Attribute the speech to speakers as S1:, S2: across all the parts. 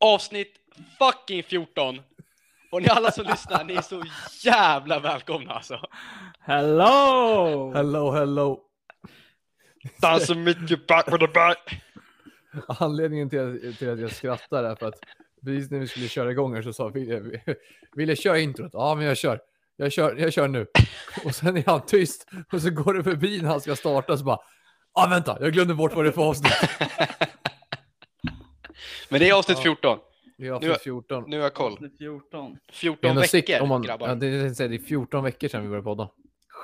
S1: Avsnitt fucking 14. Och ni alla som lyssnar, ni är så jävla välkomna alltså.
S2: Hello!
S3: Hello, hello.
S1: Dansa mycket back with the back.
S3: Anledningen till, till att jag skrattar är för att precis när vi skulle köra igång här så sa Ville, Ville kör introt. Ja, men jag kör. Jag kör, jag kör nu. Och sen är han tyst och så går det förbi när han ska starta så bara. Ja, vänta, jag glömde bort vad det är för avsnitt.
S1: Men det är avsnitt
S3: Ja.
S1: 14.
S3: Det är alltså
S1: Nu-
S3: avsnitt 14.
S1: Nu har jag koll.
S2: Avsnitt 14.
S1: 14
S3: ändå sick
S1: veckor
S3: om man, ja,
S1: grabbar.
S3: det, är- det är 14 veckor sedan vi började podda.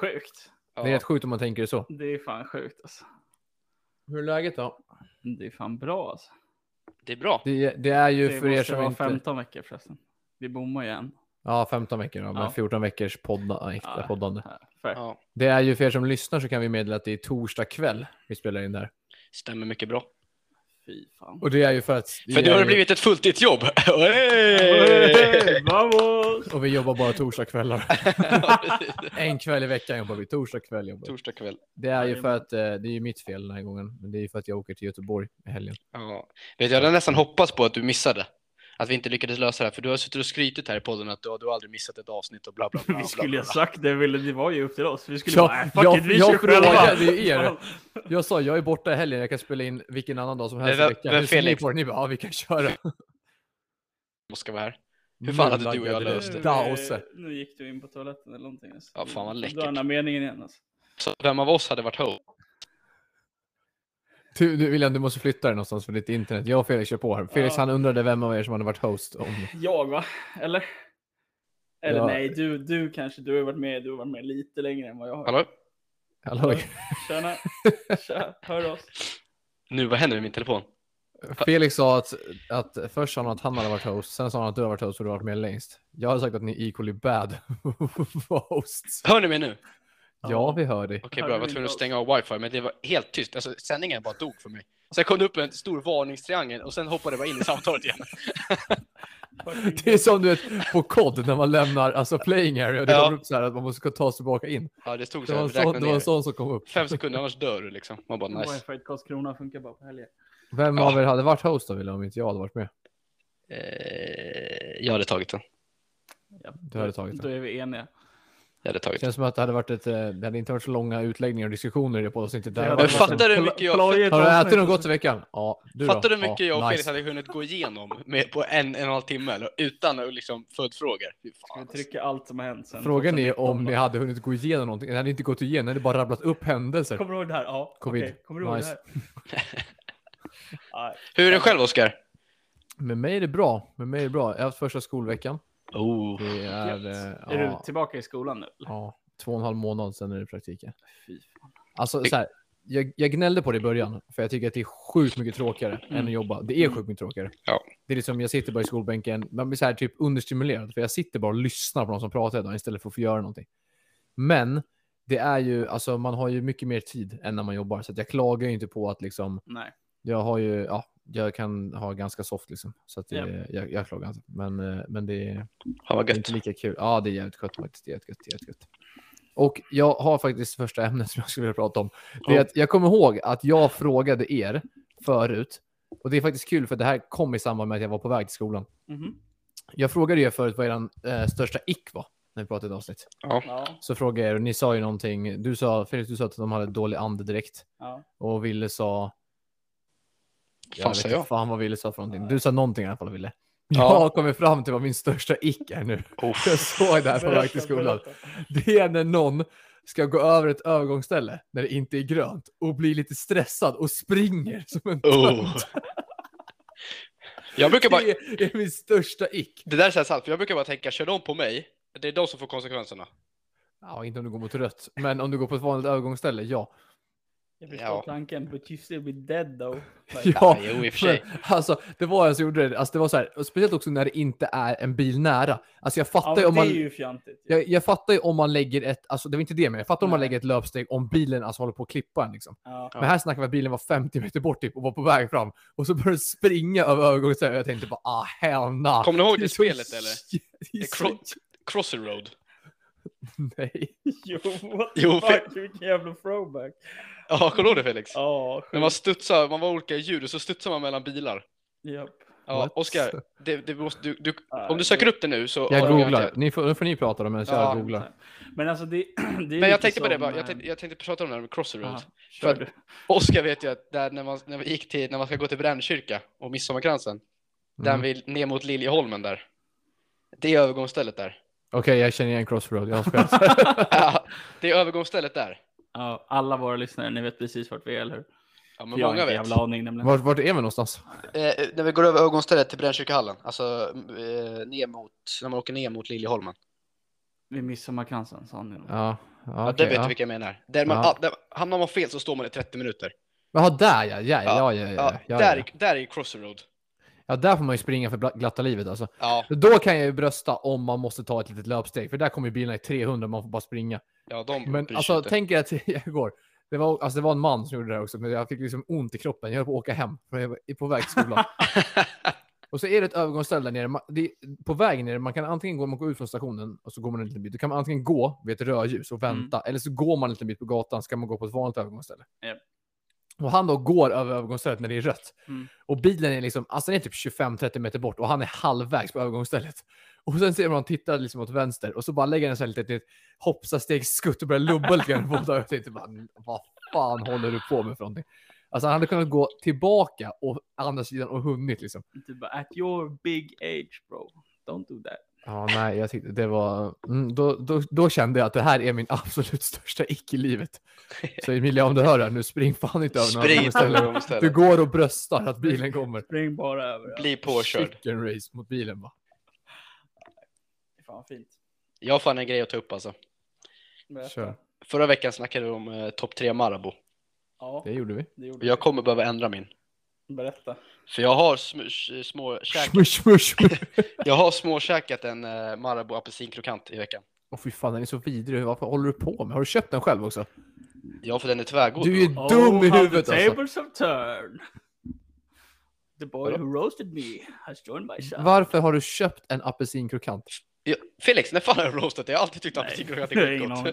S2: Sjukt.
S3: Det är
S1: Ja.
S3: rätt sjukt om man tänker det så.
S2: Det är fan sjukt alltså.
S3: Hur är läget då?
S2: Det är fan bra alltså.
S1: Det är bra.
S3: Det, det är ju
S2: Det
S3: för er
S2: måste
S3: som
S2: vara
S3: inte...
S2: 15 veckor förresten. Vi bommar igen.
S3: Ja, 15 veckor. Ja, men
S2: Ja.
S3: 14 veckors podda, äh, äkta
S2: Ja.
S3: poddande.
S2: För.
S1: Ja.
S3: Det är ju för er som lyssnar så kan vi meddela att det är torsdag kväll vi spelar in där.
S1: Stämmer mycket bra.
S2: Fy fan.
S3: Och det är ju för att...
S1: För
S3: det
S1: nu
S3: är
S1: har det
S3: ju-
S1: blivit ett fulltidsjobb. Hey!
S2: Hey, vamos!
S3: Och vi jobbar bara torsdagskvällar.
S1: Ja, precis.
S3: en kväll i veckan jobbar vi, torsdag kväll jobbar vi.
S1: Torsdag kväll.
S3: Det är ju för att, eh, det är ju mitt fel den här gången. Men det är ju för att jag åker till Göteborg i helgen.
S1: Ja. Vet du, jag hade nästan hoppats på att du missade. Att vi inte lyckades lösa det här. För du har suttit och skrytit här i podden att du, du har aldrig missat ett avsnitt och bla bla bla.
S2: Vi
S1: bla,
S2: skulle
S1: bla,
S2: ha
S1: bla.
S2: sagt det, ville det var ju upp till oss. Vi skulle
S3: Ja,
S2: bara, äh, fuck
S3: jag-
S2: it, vi
S3: jag
S2: kör själva.
S3: frågade ju er. Jag sa, jag är borta i helgen, jag kan spela in vilken annan dag som helst i
S1: Men-
S3: veckan.
S1: men
S3: Hur ser ni
S1: Felix-
S3: på det? Ni bara, ja vi kan köra.
S1: Måste vara här. Hur fan hade du och jag
S3: Laggade det
S1: löst det?
S3: Dauser.
S2: Nu, nu gick du in på toaletten eller någonting. Alltså.
S1: Ja, fan, vad
S2: Du
S1: läckert.
S2: drar den här meningen igen alltså.
S1: Så vem av oss hade varit ho?
S3: Du, du, William, du måste flytta dig någonstans för ditt internet. Jag och Felix kör på här. Felix,
S2: Ja.
S3: han undrade vem av er som hade varit host. Om...
S2: Jag va? Eller? Eller
S3: Ja.
S2: nej, du, du kanske, du har ju varit med, du har varit med lite längre än vad jag har.
S1: Hallå?
S3: Hallå.
S2: Tjena, tja, hör oss.
S1: Nu, vad händer med min telefon?
S3: Felix sa att, att först sa han att han hade varit host, sen sa han att du har varit host för du har varit med längst. Jag har sagt att ni är equally bad var hosts.
S1: Hör ni mig nu? Okej,
S3: Ja, vi hör dig.
S1: bra. Jag var tvungen att stänga av wifi, men det var helt tyst. Alltså, sändningen bara dog för mig. Sen kom det upp en stor varningstriangel och sen hoppade det bara in i samtalet igen.
S3: Det är som du vet på kod när man lämnar alltså playing area. Det
S1: Ja.
S3: kommer upp så här att man måste ta sig tillbaka in.
S1: Ja, det stod så
S3: Det var
S1: här.
S3: en sån,
S1: Räkna
S3: det var en
S1: ner.
S3: sån som kom upp.
S1: Fem sekunder, annars dör du liksom. Man bara nice.
S2: Wifi i Karlskrona funkar bara på helger.
S3: Vem
S1: Ja.
S3: av er hade varit host då, William, om inte jag hade varit med?
S1: Eh, jag hade tagit den.
S2: Ja,
S3: Du hade tagit
S2: Då
S3: det.
S2: är vi eniga.
S1: Jag hade tagit den.
S3: Känns som att det hade varit ett, eh, det hade inte varit så långa utläggningar och diskussioner i det poddavsnittet. Det
S2: Det
S1: Men
S2: hade
S3: hade varit
S2: varit-
S3: liksom-
S1: fattar du hur mycket jag,
S2: Plojigt
S3: Har du
S2: avsnitt.
S3: ätit något gott i veckan? Ja. Du då?
S1: fattar du hur mycket
S3: ja,
S1: jag och Felix
S3: nice.
S1: hade hunnit gå igenom med, på en, en och en halv timme eller, utan att liksom följdfrågor? Fy
S2: Ska
S1: fan,
S2: vi
S1: alltså.
S2: trycka allt som har hänt sen?
S3: Frågan är
S2: 2019
S3: om ni
S2: då?
S3: hade hunnit gå igenom någonting. Ni hade inte gått igenom, ni hade bara rabblat upp händelser.
S2: Kommer du ihåg det här? Ja.
S3: Covid.
S2: okej. Kommer du ihåg
S3: Nice.
S2: det här? Nej.
S1: alltså. Hur är det själv, Oskar?
S3: Med mig är det bra. Med mig är det bra. Jag har haft första skolveckan.
S1: Oh.
S3: Det är, eh,
S2: Gött. Är
S3: ja,
S2: du tillbaka i skolan nu? eller?
S3: ja, två och en halv månad sedan är det praktiken.
S2: Fy fan.
S3: Alltså, så här, jag, jag gnällde på det i början, för jag tycker att det är sjukt mycket tråkigare
S2: Mm.
S3: än att jobba. Det är sjukt mycket tråkigare.
S1: Ja.
S3: Det är liksom, jag sitter bara i skolbänken, man blir så här typ understimulerad, för jag sitter bara och lyssnar på någon som pratar idag istället för att få göra någonting. Men det är ju, alltså man har ju mycket mer tid än när man jobbar, så att jag klagar ju inte på att liksom,
S2: Nej.
S3: jag har ju, ja, jag kan ha ganska soft liksom, så att det,
S2: Ja.
S3: jag, jag klagar inte. Men, eh, men det är
S1: Han var
S3: det är
S1: gött.
S3: inte lika kul. Ja, det är jävligt gött faktiskt. Det är jävligt gött, det är jävligt gött. Och jag har faktiskt första ämnet som jag skulle vilja prata om. Det är
S1: Ja.
S3: att jag kommer ihåg att jag frågade er förut. Och det är faktiskt kul för det här kom i samband med att jag var på väg till skolan.
S2: Mhm.
S3: Jag frågade er förut vad er eh, största ick var när vi pratade i ett avsnitt.
S2: Ja.
S3: Så frågade jag er och ni sa ju någonting. Du sa, Felix, du sa att de hade dålig andedräkt.
S2: ja.
S3: Och Ville sa...
S1: Fan,
S3: vet
S1: sa
S3: inte
S1: jag?
S3: fan vad Ville sa för någonting. Du sa någonting i alla fall, Ville. Jag
S1: Ja.
S3: har kommit fram till vad min största ick är nu.
S1: Oh.
S3: Jag såg det här på väg till
S2: Berätta,
S3: skolan.
S2: berätta.
S3: Det är när någon ska gå över ett övergångsställe när det inte är grönt och blir lite stressad och springer som en
S1: Oh. Jag brukar bara,
S3: Det är min största ick.
S1: det där är så här sant, för jag brukar bara tänka, kör de på mig, det är de som får konsekvenserna.
S3: Ja, inte om du går mot rött, men om du går på ett vanligt övergångsställe, ja.
S2: Jag förstår
S1: Ja.
S2: tanken, but you still be dead though. Like,
S3: Ja,
S1: jo, i och för sig.
S3: men, alltså, det var jag som gjorde det. Alltså, det var så här, och speciellt också när det inte är en bil nära. Alltså, jag
S2: ja,
S3: fattar ju
S2: men
S3: om
S2: det
S3: man...
S2: är ju fjantigt. ju.
S3: Jag, jag fattar ju om man lägger ett, alltså det var inte det men jag fattar om man
S2: Nej.
S3: lägger ett löpsteg om bilen alltså håller på att klippa en liksom.
S2: Ja.
S1: Ja.
S3: Men här snackar vi att bilen var 50 meter bort typ och var på väg fram. Och så började den springa över övergångsstället och jag tänkte bara ah hell nah.
S1: Kommer ni ihåg det
S3: så
S1: spelet eller?
S3: jä- det är
S1: Det
S3: så...
S1: cro- Crossy Road.
S3: Nej.
S2: Jo, what the
S1: Jo, för-
S2: fuck, vilken jävla throwback.
S1: Ja, kommer du ihåg det Felix?
S2: Ja,
S1: När
S2: sjukt.
S1: man studsar, man var olika djur och så studsar man mellan bilar.
S2: Japp.
S1: Ja,
S3: What?
S1: Oskar, det, det måste, du, du,
S2: Ja,
S1: om du söker upp det nu så... har
S3: Jag
S1: du
S3: googlar.
S1: garanterat-
S3: Ni får, nu får ni prata då medan
S1: Ja,
S3: jag googlar.
S2: Men alltså det, det är
S1: Men
S2: lite
S1: jag tänkte på det
S2: som,
S1: bara, jag
S2: eh,
S1: tänkte, jag tänkte prata om det här med Crossy
S2: aha,
S1: Road.
S2: kör
S1: För-
S2: du.
S1: Oskar vet ju att där när man, när man gick till, när man ska gå till Brännkyrka och Midsommarkransen, den
S3: Mm.
S1: vill ner mot Liljeholmen där. Det är övergångsstället där.
S3: Okej, jag känner igen Crossroad. Jag har spelat.
S1: Ja, det är övergångsstället där.
S2: Ja, alla våra lyssnare, ni vet precis vart vi är, eller hur?
S1: Ja, men
S2: jag har
S1: många
S2: inte
S1: vet.
S2: jävla aning nämligen.
S3: vart, vart är vi någonstans?
S1: Eh, när vi går över övergångsstället till Brännkyrkahallen, alltså eh, ner mot, när man åker ner mot Liljeholmen.
S2: Vid midsommarkransen sa ni. Ja.
S3: Ja, ja,
S1: Ja,
S3: okej,
S1: det vet
S3: ja.
S1: du vilka jag menar. Där man,
S3: Ja.
S1: ah, där, hamnar man fel så står man i 30 minuter.
S3: Jaha, där ja. Ja, ja, ja,
S1: Ja,
S3: ja, ja, ja,
S1: där,
S3: ja.
S1: är- där är Crossy Road.
S3: ja, där får man ju springa för bla- glatta livet alltså.
S1: Ja,
S3: Då kan jag ju brösta om man måste ta ett litet löpsteg, för där kommer ju bilarna i 300, man får bara springa.
S1: ja de bryr sig
S3: Men alltså,
S1: inte.
S3: tänk er att jag går. Det var, alltså, det var en man som gjorde det här också, men jag fick liksom ont i kroppen. Jag höll på att åka hem, för jag var på väg till skolan. och så är det ett övergångsställe där nere. Man, det, är- på vägen ner, man kan antingen gå, man går ut från stationen och så går man en liten bit. Då kan man antingen gå vid ett rödljus och
S2: Mm.
S3: vänta, eller så går man en liten bit på gatan, så kan man gå på ett vanligt övergångsställe.
S2: Japp.
S3: Och han då går över övergångsstället när det är rött.
S2: Mm.
S3: Och bilen är liksom, alltså den är typ 25-30 meter bort och han är halvvägs på övergångsstället. Och sen ser man honom titta liksom åt vänster och så bara lägger han sig lite till hoppsastegskutt och börjar lubba lite grann på båda. Jag tänkte bara, vad fan håller du på med för någonting? Alltså han hade kunnat gå tillbaka och andra sidan och hunnit liksom.
S2: Du Typ bara, at your big age bro, don't do that.
S3: Ja, nej, jag tyckte det var... Mm, då, då, då kände jag att det här är min absolut största ick i livet. Så Emilia, om du hör det här nu, spring fan inte över några
S1: Spring till
S3: övergångsställen. Du
S1: övergångsstället.
S3: går och bröstar att bilen kommer.
S2: Spring bara över. ja.
S1: Bli påkörd.
S3: Chicken race mot bilen bara.
S2: Fan fint.
S1: Jag har fan en grej att ta upp alltså.
S2: Berätta.
S3: Kör.
S1: Förra veckan snackade vi om eh, topp 3 Marabou.
S2: Ja,
S3: Det gjorde vi.
S2: det gjorde
S1: Jag kommer behöva ändra min.
S2: vi. Berätta.
S1: För jag har sm- små käkat,
S3: Smush, smush, smush.
S1: jag har småkäkat en eh, Marabou apelsinkrokant i veckan.
S3: Åh fy fan, den är så vidrig. Vad fan håller du på med? Har du köpt den själv också?
S1: Ja, för den är tvärgod.
S3: Du är
S1: bro.
S3: dum i
S2: Oh, how
S3: huvudet
S2: the
S3: alltså.
S2: tables have turned. The boy
S1: Vadå?
S2: who roasted me has joined my side.
S3: Varför har du köpt en apelsinkrokant?
S1: Ja, Felix, när fan har jag roastat dig? Jag har alltid tyckt
S2: Nej,
S1: apelsinkrokant
S2: jag har
S1: är
S2: ingen
S1: gott.
S2: aning.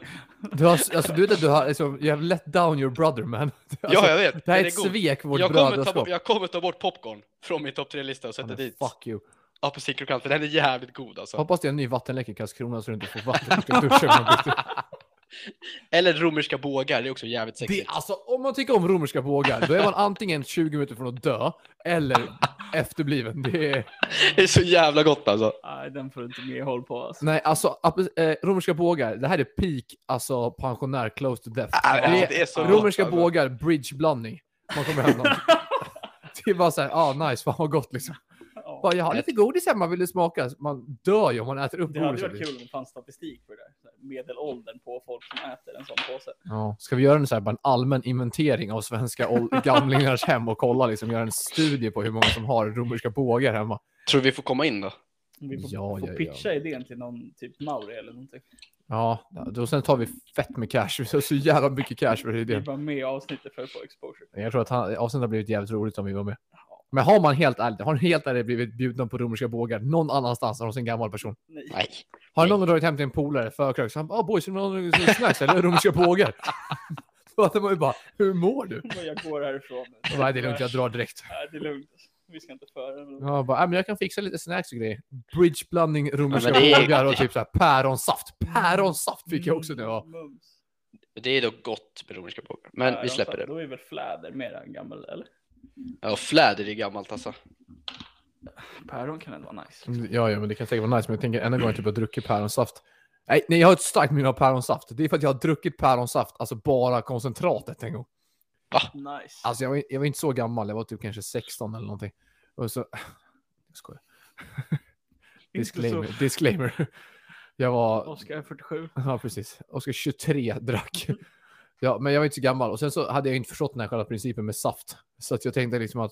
S3: Du har, alltså du vet att du har liksom, you have let down your brother man. Alltså,
S1: ja, jag vet.
S3: det här är
S1: Den
S3: ett
S1: god.
S3: svek vårt
S1: jag kommer, ta
S3: brödraskap.
S1: bort, jag kommer ta bort popcorn från min topp 3-lista och
S3: Ja,
S1: sätta
S3: men
S1: dit
S3: Fuck you.
S1: apelsinkrokant, för den är jävligt god alltså.
S3: Hoppas det är en ny vattenläcka i Karlskrona så du inte får vatten och kan duscha innan du byter.
S1: Eller romerska bågar, det är också jävligt
S3: det,
S1: sexigt.
S3: alltså, Om man tycker om romerska bågar, då är man antingen 20 minuter från att dö, eller efterbliven. Det är...
S1: Det är så jävla gott alltså.
S2: Nej, den får du inte mer håll på alltså.
S3: Nej, alltså ape- eh, romerska bågar, det här är peak, alltså pensionär close to death.
S1: Ah,
S3: Det är-
S1: det är så gott,
S3: romerska
S1: alltså.
S3: bågar, bridgeblandning. Man kommer hem någon. Det är bara såhär, ah nice, fan vad gott liksom.
S2: Ja.
S3: Bara, jag har lite godis hemma, vill du smaka? Man dör ju om man äter upp
S2: Det hade
S3: godiset. liksom.
S2: varit kul om det fanns statistik för det där. Så här, Medelåldern på folk som äter en sån påse.
S3: Ja. Ska vi göra en, så här, bara en allmän inventering av svenska ål- gamlingars hem och kolla, liksom, göra en studie på hur många som har romerska bågar hemma?
S1: Tror du vi får komma in då?
S2: Om Vi får,
S3: Ja,
S2: får
S3: ja, ja.
S2: pitcha idén till någon typ Mauri eller någonting.
S3: Ja, då sen tar vi fett med cash. Vi har så jävla mycket cash för
S2: Vi är
S3: idén.
S2: bara med i avsnittet för att få exposure.
S3: Jag tror att han- avsnittet har blivit jävligt roligt om vi var med. Men har man helt ärligt, har ni helt ärligt blivit bjuden på romerska bågar någon annanstans än hos en gammal person?
S2: Nej.
S1: Nej.
S3: Har någon dragit hem till en polare, förkrök, så han bara ah, “boys, vill ni ha någon snacks eller romerska bågar?” Då hade man ju bara “hur mår du?”
S2: Men Jag går härifrån nu.
S3: Och bara, “Det är lugnt, jag drar direkt”.
S2: Nej, det är lugnt. Vi ska inte föra någon.
S3: Ja, bara, "Ah, men jag kan fixa lite snacks och grejer. Bridgeblandning, romerska
S1: Ja, men det är-
S3: bågar och typ så här päronsaft. Päronsaft fick jag också nu. Ja.
S2: Mums.
S1: Det är dock gott med romerska bågar, men
S2: Ja,
S1: vi
S2: de
S1: släpper
S2: sa-
S1: det.
S2: Då är väl fläder mer än gammal, eller?
S1: Ja, fläder är gammalt alltså.
S2: Päron kan ändå vara
S1: Mm.
S2: nice. liksom.
S3: Mm, Ja, ja, men det kan säkert vara nice. Men jag tänker ännu en gång att typ har druckit päronsaft. Nej, nej, jag har ett starkt minne av päronsaft. Det är för att jag har druckit päronsaft, alltså bara koncentratet en gång.
S2: Nice.
S3: Alltså jag var, jag var inte så gammal, jag var typ kanske 16 eller någonting. Och så... Jag skojar. Disclaimer. disclaimer. Jag var...
S2: Oskar 47.
S3: Ja, precis. Oskar 23 drack.
S2: Mm.
S3: Ja, men jag var inte så gammal. Och sen så hade jag inte förstått den här själva principen med saft. Så att jag tänkte liksom att...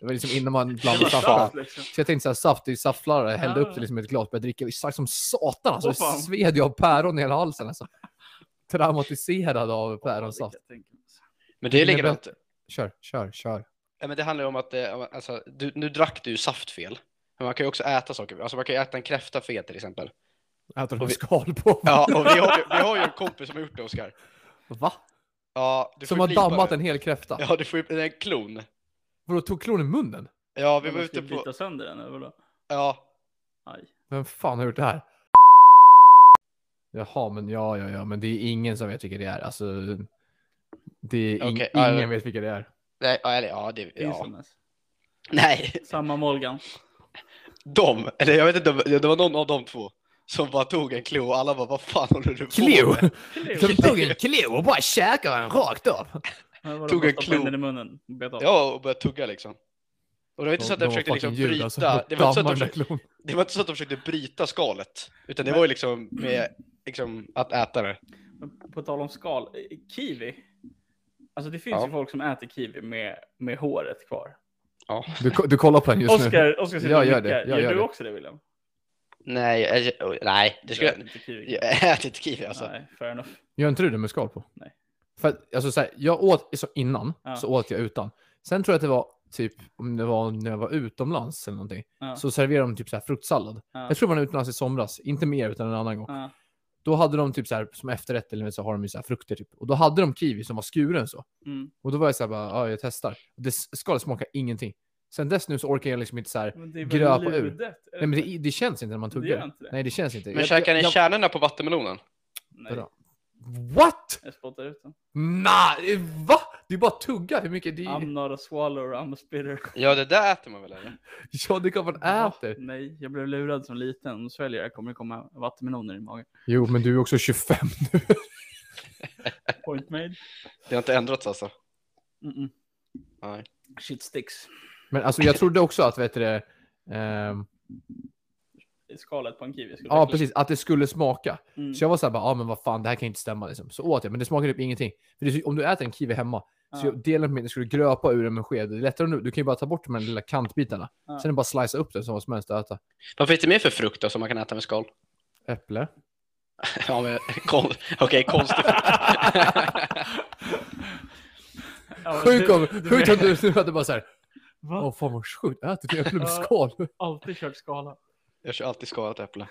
S3: Det var liksom innan man blandade saft.
S1: fan.
S2: liksom.
S3: Så jag tänkte så här, saft i saftflarra, jag hällde
S2: Ah.
S3: upp det liksom i ett glas, började dricka exakt som satan. Alltså,
S2: Åh, fan.
S3: det sved jag av päron i hela halsen. Alltså. Traumatiserad av
S2: Ja,
S3: päronsaft.
S2: det kan jag tänka mig.
S1: Men det är
S3: Men det-
S1: likadant.
S3: Kör, kör, kör.
S1: Ja, men det handlar ju om att eh, alltså, du, nu drack du ju saft fel. Men man kan ju också äta saker. Alltså man kan ju äta en kräfta fel till exempel.
S3: Äter
S1: Och
S3: de
S1: vi-
S3: skal på?
S1: Ja, och vi har, ju- vi har ju en kompis som har gjort det, Oskar.
S3: Va?
S1: Ja, du får
S3: Som
S1: ju
S3: har
S1: blipa
S3: dammat
S1: nu.
S3: en hel kräfta?
S1: Ja, du får ju, det är en klon.
S3: Vadå, tog klon i munnen?
S1: Ja, vi
S2: Man
S1: var
S2: ska
S1: ute på...
S2: Bita sönder den eller vadå?
S1: Ja,
S2: Aj.
S3: Vem fan har gjort det här? Jaha, men ja, ja, ja, men det är ingen som vet vilka det är. Alltså, det är in-
S1: Okej, ja,
S3: ingen
S1: ja.
S3: vet vilka det är.
S1: nej, ja, eller ja, det...
S2: Ja.
S1: Ja. Nej,
S2: Samma Morgan.
S1: de, eller jag vet inte, det det var någon av de två som bara tog en klo och alla bara, vad fan håller du på med?
S3: De tog en klo och bara käkade den rakt upp.
S2: Men vadå,
S1: Tog
S2: bara
S1: en
S2: stoppa
S1: klo.
S2: in den i munnen. och Bet av.
S1: Ja, och började tugga liksom. Och det var inte
S3: De-
S1: så att de
S3: de var
S1: försökte liksom
S3: fucking djur,
S1: bryta,
S3: alltså.
S1: det, var inte så att
S3: Dammar
S1: de
S3: den där
S1: försökte,
S3: klon.
S1: det var inte så att de försökte bryta skalet, utan det
S2: Men-
S1: var ju liksom med liksom, att äta det.
S2: Men På tal om skal. eh, Kiwi. Alltså det finns
S1: Ja.
S2: ju folk som äter kiwi med, med håret kvar.
S3: Du, ko- du kollar på den just nu.
S2: Oskar, Oskar sitter
S3: Jag
S2: och
S3: gör det,
S2: nickar.
S3: jag
S2: Gör,
S3: gör
S2: du
S3: det.
S2: också det William?
S1: Nej, jag- nej, det
S2: Du
S1: skulle
S2: äter inte kiwi.
S1: jag... Jag äter inte kiwi alltså.
S2: Nej, fair enough.
S3: Gör inte du det med skal på?
S2: Nej.
S3: För att, alltså, så här, jag åt så innan,
S2: Ja.
S3: så åt jag utan. Sen tror jag att det var typ om det var när jag var utomlands eller någonting.
S2: Ja.
S3: Så serverade de typ så här fruktsallad.
S2: Ja.
S3: Jag tror man var utomlands i somras, inte mer utan en annan gång.
S2: Ja.
S3: Då hade de typ så här som efterrätt eller så har de ju så här frukter typ. Och då hade de kiwi som var skuren så.
S2: Mm.
S3: Och då var jag så här bara, ja jag testar. Och Det s- skalet smakar ingenting. Sen dess nu så orkar jag liksom inte så här.
S2: Men det är
S3: Gröpa
S2: väl
S3: ur.
S2: ludet? är det
S3: Nej men
S2: inte?
S3: det, det känns inte när man
S2: Det gör
S3: tuggar.
S2: inte det.
S3: Nej det känns inte.
S1: Men käkar ni kärnorna på vattenmelonen?
S2: Nej.
S3: Bra. What?
S2: Jag spottar ut den.
S3: Nej, va? Det är bara att tugga. Hur mycket? Det är...
S2: I'm not a swallower, I'm a spitter.
S1: Ja, det där äter man väl eller?
S3: Ja, det är klart man äter.
S2: Nej, jag blev lurad som liten. Om du sväljer det här kommer det komma vattenmeloner i magen.
S3: Jo, men du är också 25 nu.
S2: Point made.
S1: Det har inte ändrats alltså?
S2: Mm-mm.
S1: Nej.
S2: Shit sticks.
S3: Men alltså, jag trodde också att, vet du det, ehm,
S2: I skalet på en kiwi. skulle
S3: ja
S2: verkligen-
S3: precis, att det skulle smaka.
S2: Mm.
S3: Så jag var så här bara, ja ah, men vad fan, det här kan inte stämma liksom. Så åt jag, men det smakade typ ingenting. För det, är så- om du äter en kiwi hemma, så
S2: Ja.
S3: jag delade med mig, skulle gröpa ur den med sked. Det är lättare nu, du kan ju bara ta bort de här lilla kantbitarna.
S2: Ja.
S3: Sen är det bara slicea upp den som vad som helst att äta.
S1: Vad finns det mer för frukt då som man kan äta med skal?
S3: Äpple.
S1: Ja, men kon... okej, konstig frukt.
S2: Ja, men
S3: Sjukt om,
S2: du
S3: sjukt om
S2: vet-
S3: du nu hade bara såhär,
S2: Va?
S3: åh fan vad sjukt, ätit en äpple med
S2: Ja.
S3: skal.
S2: Alltid kört skala.
S1: Jag kör alltid skalat äpple.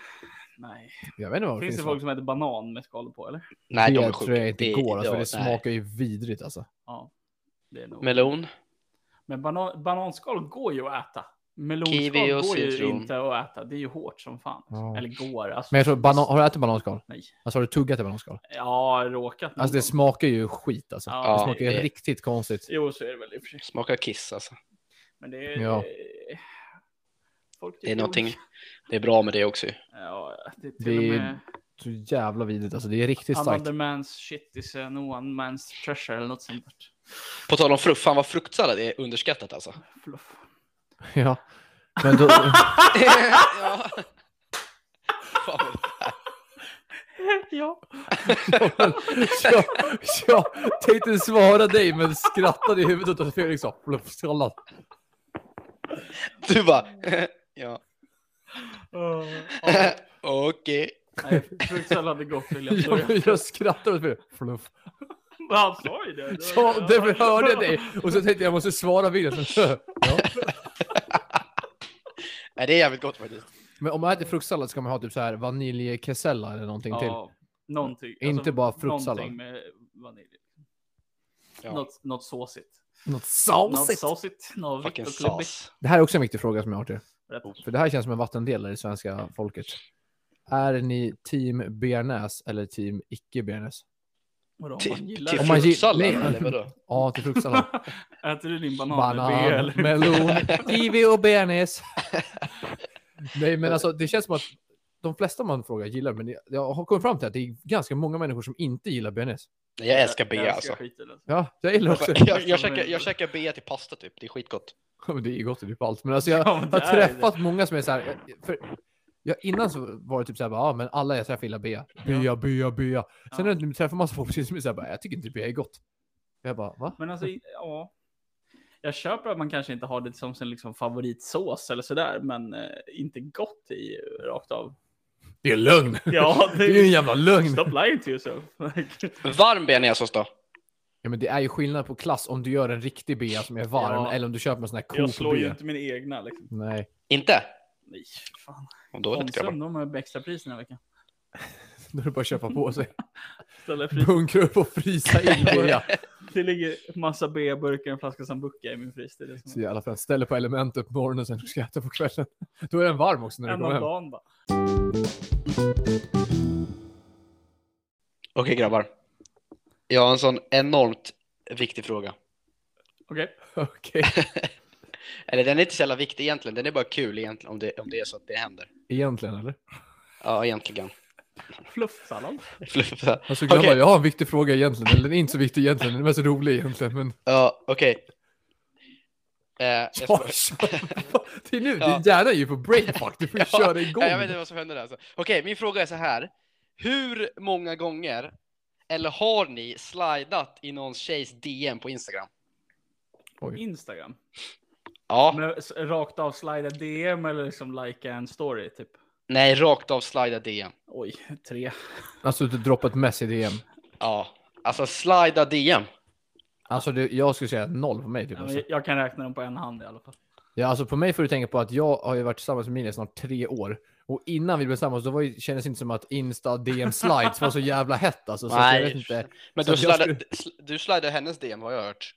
S2: Nej.
S3: Jag vet inte vad det
S2: Finns
S3: finns.
S2: det folk som äter banan med skal på eller?
S1: Nej,
S3: det
S1: de är sjuka.
S3: tror jag inte går, alltså,
S1: ja,
S3: för det
S1: nej.
S3: smakar ju vidrigt alltså.
S2: Ja. Det är nog.
S1: Melon?
S2: Men banan, bananskal går ju att äta. Melonskal
S1: Kiwi och
S2: går ju
S1: citron.
S2: inte att äta. Det är ju hårt som fan.
S3: Ja.
S2: Eller går. Alltså,
S3: Men jag tror, banan, har du ätit bananskal?
S2: Nej.
S3: Alltså har du tuggat ett bananskal?
S2: Ja, råkat. någon
S3: Alltså det
S2: gång.
S3: smakar ju skit alltså.
S2: Ja,
S3: det smakar ju
S1: det-
S3: riktigt konstigt.
S2: Jo, så är det väl i och för sig.
S1: Smakar kiss alltså.
S2: Men det är...
S3: Ja.
S2: Folk
S1: Det är
S2: tycker
S1: någonting,
S2: olika.
S1: det är bra med det också ju.
S2: Ja, det är till
S3: Det är
S2: och med
S3: Så jävla vidrigt alltså. Det är riktigt starkt.
S2: another man's shit is an one man's treasure eller något sånt där.
S1: På tal om frukt, fan vad fruktsallad är underskattat alltså.
S2: Fluff.
S3: Ja. Men då,
S1: ja. Fan, vad-
S2: ja.
S3: jag, jag tänkte svara dig men skrattade i huvudet åt Felix sa fluffsallad.
S1: Du bara, ja,
S2: Uh,
S1: okej.
S2: Fruktsallad är gott vill jag
S3: Jag, jag skrattade åt Felix. Fluff.
S2: Men han sa ju det.
S3: Så därför hörde jag dig och så tänkte jag måste svara vidare. Så, ja.
S1: Nej, det är jävligt gott faktiskt.
S3: Men om man äter fruktsallad ska man ha typ så här vaniljkesella eller någonting till.
S2: Ja, någonting. Alltså,
S3: Inte bara fruktsallad.
S2: Någonting med vanilj.
S1: Ja.
S2: Något, något såsigt.
S3: Något
S2: Något
S3: sausigt.
S2: såsigt. Något vitt
S1: Fucking Typ-
S2: och klubbigt.
S1: sas.
S3: Det här är också en viktig fråga som jag har till er.
S2: Rätt.
S3: För det här känns som en vattendelare i svenska folket. Är ni team bearnaise eller team icke bearnaise?
S2: Vadå, om man
S1: Till,
S2: gillar
S1: till
S3: Om man gi-
S1: fruktsallad
S3: nej.
S1: eller vadå?
S3: Ja, till fruktsallad.
S2: Äter du din banan, med B
S3: Banan,
S2: eller?
S3: melon, kiwi och bearnaise. Nej, men alltså det känns som att de flesta man frågar gillar, men jag har kommit fram till att det är ganska många människor som inte gillar bearnaise.
S1: Nej, Jag älskar bea
S2: Jag
S1: alltså.
S2: skiten, alltså.
S3: Ja, jag gillar också.
S1: Jag, jag, käkar, jag käkar bea till pasta typ, det är skitgott.
S3: Ja, men det är ju gott typ allt. Men alltså jag
S2: Ja, men det
S3: har
S2: är det.
S3: träffat många som är så här. För jag, innan så var det typ så här, bara, ja men alla jag träffar gillar bea. Bea, bea, bea. Sen
S2: Ja.
S3: när jag träffar massa folk precis som är så här, bara, jag tycker inte bea är gott. Jag bara, va?
S2: Men alltså, ja. Jag köper att man kanske inte har det som sin liksom favoritsås eller sådär, men eh, inte gott i ju rakt av.
S3: Det är lögn!
S2: Ja,
S3: Det är ju en jävla lögn!
S2: Stop lying to yourself.
S1: Varm bearnaisesås då?
S3: Ja, men det är ju skillnad på klass om du gör en riktig bea som är varm
S2: Ja.
S3: eller om du köper en sån här
S2: jag
S3: cool
S2: slår ju
S3: bea.
S2: inte min egna liksom.
S3: Nej.
S1: Inte?
S2: Nej, fan.
S1: Och då är det grabbar.
S2: Konsum, de har ju extra pris den här veckan.
S3: Då är det bara att köpa på sig.
S2: Ställer fri.
S3: Bunkra upp och frysa in bea.
S2: Det ligger massa B-burkar och en flaska Sambuca i min frys. Det är det som
S3: Så i alla fall ställer på elementet på morgonen och sen ska jag äta på kvällen. Då är den varm också när du
S2: en
S3: kommer
S2: om dagen
S3: hem.
S2: bara.
S1: Okej grabbar. Jag har en sån enormt viktig fråga.
S2: Okej.
S3: Okej.
S1: Eller den är inte så jävla viktig egentligen, den är bara kul egentligen om det, om det är så att det händer.
S3: Egentligen eller?
S1: Ja, egentligen.
S2: Fluffsallad.
S3: Alltså grabbar,
S1: Okej.
S3: jag har en viktig fråga egentligen. Eller den är inte så viktig egentligen, den är mest rolig egentligen. Men
S1: Ja, okej. Eh, jag ska-
S3: Ja, det är nu,
S1: Ja.
S3: din hjärna är ju på break fuck. Du får ju
S1: Ja,
S3: köra igång.
S1: Ja, jag vet inte vad som hände där. Alltså. Okej, min fråga är så här. Hur många gånger, eller har ni slidat i någon tjejs DM på Instagram?
S2: Instagram.
S1: Ja,
S2: Men s- rakt av slida DM eller liksom likea en story typ.
S1: nej, rakt av slida DM.
S2: Oj, tre.
S3: Alltså du droppat Messi DM.
S1: Ja, alltså slida DM.
S3: Alltså det, jag skulle säga noll på mig typ.
S2: Ja, men
S3: alltså.
S2: jag- jag kan räkna dem på en hand i alla fall.
S3: Ja, alltså på mig får du tänka på att jag har ju varit tillsammans med Emilia i snart tre år. Och innan vi blev tillsammans, då var ju, kändes det inte som att Insta DM slides var så jävla hett alltså. Så att jag vet inte.
S1: Men
S3: Så
S1: du
S3: att jag
S1: slidade, sl- du slidade hennes DM har jag hört.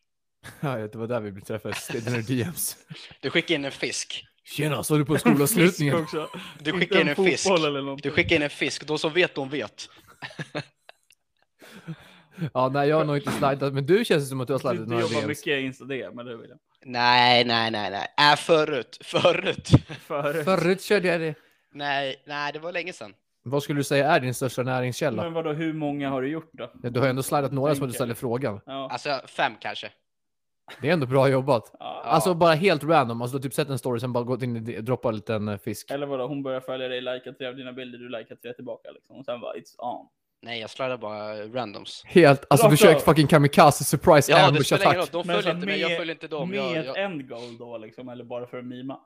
S3: Ja, det var där vi träffades, det är DMs.
S1: Du skickade in en fisk.
S3: Tjena, såg du på skolavslutningen?
S2: Fisk också.
S1: Du
S2: Inte
S1: skickar in en fisk.
S2: fotboll eller någonting.
S1: Du skickade in en fisk, de som vet de vet.
S3: Ja, nej jag har nog inte slidat, men du känns det som att du har
S2: Du,
S3: slidat
S2: du
S3: några
S2: jobbar
S3: DMs.
S2: mycket i Insta DM, eller hur William?
S1: Nej, nej, nej, nej. Äh, förut, förut.
S2: Förut.
S3: Förut körde jag det.
S1: Nej, nej, det var länge sedan.
S3: Vad skulle du säga är din största näringskälla?
S2: Men vadå, hur många har du gjort då?
S3: Ja, Du har ju ändå slidat några som du
S2: Mm. Tänker.
S3: ställer frågan.
S2: Ja.
S1: Alltså fem kanske.
S3: Det är ändå bra jobbat.
S2: ja.
S3: Alltså bara helt random, alltså du har typ sett en story sen bara gått in och d- droppat en liten eh, fisk.
S2: Eller vadå, hon börjar följa dig, likar tre av dina bilder, du likar tre tillbaka liksom. Och sen bara, it's on.
S1: Nej, jag sladdar bara randoms.
S3: Helt, alltså
S2: Rakt
S3: försök
S2: av.
S3: fucking kamikaze surprise
S1: Ja, det
S3: ambush
S1: spelar ingen roll.
S3: attack.
S1: De
S2: Men
S1: följer
S2: så
S1: inte mig, jag
S2: med-
S1: följer inte dem.
S2: Med
S1: Jag,
S2: ett
S1: jag,
S2: end goal då liksom, eller bara för att mima.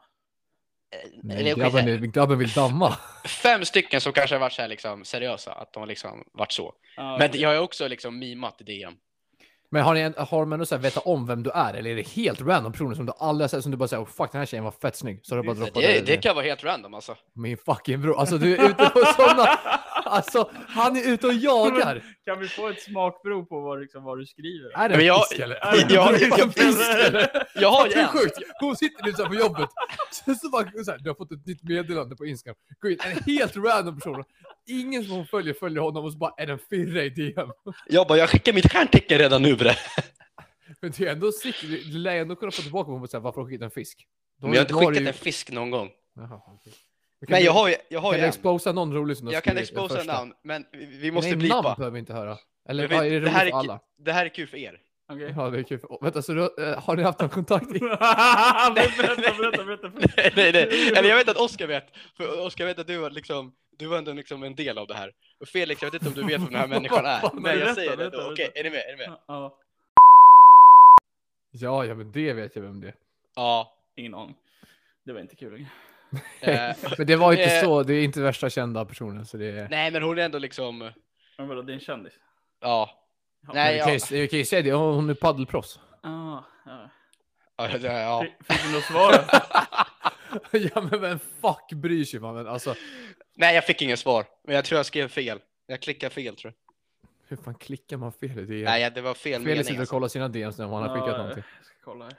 S1: eller
S3: Nej,
S1: jag
S3: grabben,
S1: skiter-
S3: är- grabben vill damma.
S1: Fem stycken som kanske har varit så här liksom seriösa, att de har liksom varit så.
S2: Ja,
S1: Men jag har ju också liksom mimat i DM.
S3: Men har, ni, en- har man ändå så här vetat om vem du är eller är det helt random personer som du aldrig har sett som du bara säger oh, fuck den här tjejen var fett snygg. Så har du bara
S2: Just det,
S3: droppat
S1: Det,
S3: den.
S1: det kan vara helt random alltså.
S3: Min fucking bror. Alltså du är ute på sådana. Alltså han är ute och jagar.
S2: Kan vi få ett smakprov på vad, liksom, vad du skriver?
S3: Är det
S1: Men
S3: en
S1: jag-
S3: fisk eller?
S1: jag- jag- jag-
S3: Är det en fisk eller?
S1: Jag har ju
S3: Det är
S1: en.
S3: sjukt. Hon sitter nu så här på jobbet. Sen så bara så här, du har fått ett nytt meddelande på Instagram. Gå in, en helt random person. Ingen som hon följer följer honom och så bara är den firre i DM.
S1: Jag bara, jag skickar mitt stjärntecken redan nu bre.
S3: Men det är ändå sick. Du du lär ju ändå kunna få tillbaka på honom och säga varför har du skickat en fisk? Då
S1: Men jag har inte
S3: då
S1: skickat
S3: du-
S1: en fisk någon gång.
S3: Jaha, okej. Men kan
S1: Nej,
S3: du-
S1: jag har ju, jag har
S3: Kan
S1: ju
S3: du
S1: en.
S3: exposa någon rolig som du har
S1: Jag kan
S3: skrivit, den
S1: exposa
S3: första?
S1: namn, men vi- vi måste
S3: Nej,
S1: blipa.
S3: namn behöver vi inte höra. Eller
S1: Jag
S3: ja,
S1: vet,
S3: är det
S1: det
S3: roligt
S1: här är
S3: för
S1: ki-
S3: alla?
S1: Det här är kul för er.
S2: Okej.
S3: Ja, det är kul. För... Vänta, så du, har- eh, har ni haft någon kontakt? i-
S2: berätta, berätta, berätta. berätta.
S1: nej, nej, nej. Eller jag vet att Oskar vet. För Oskar vet att du var liksom, du var ändå liksom en del av det här. Och Felix, jag vet inte om du vet vem den här människan är. Men
S2: Berätta,
S1: jag säger det
S2: berätta,
S1: då. Okej,
S2: berätta.
S1: är ni med? Är ni med?
S2: Ja,
S3: Ja, ja, men det vet jag vem det är.
S1: Ja.
S2: ingen aning. Det var inte kul längre.
S1: Eh,
S3: Men det var inte
S1: Eh.
S3: så, det är inte värsta kända personen. Så det är...
S1: nej, men hon är ändå liksom,
S2: Men vadå, det är en kändis?
S1: ja.
S2: Ja,
S1: Nej,
S3: Jag
S1: jag,
S3: kan ju, jag kan ju säga det, hon är paddelproffs.
S2: Ah, ja.
S1: ja, det- ja.
S2: Fick- Fick du något svar?
S3: ja men vem fuck bryr sig man? Men alltså,
S1: Nej, jag fick ingen svar. Men jag tror jag skrev fel. Jag klickade fel tror jag.
S3: hur fan klickar man fel i DM?
S1: Nej, det var fel
S3: Felix
S1: mening.
S3: sitter och
S1: Alltså.
S3: kollar sina DMs när han har
S2: Ja,
S3: skickat någonting.
S2: Jag ska kolla här.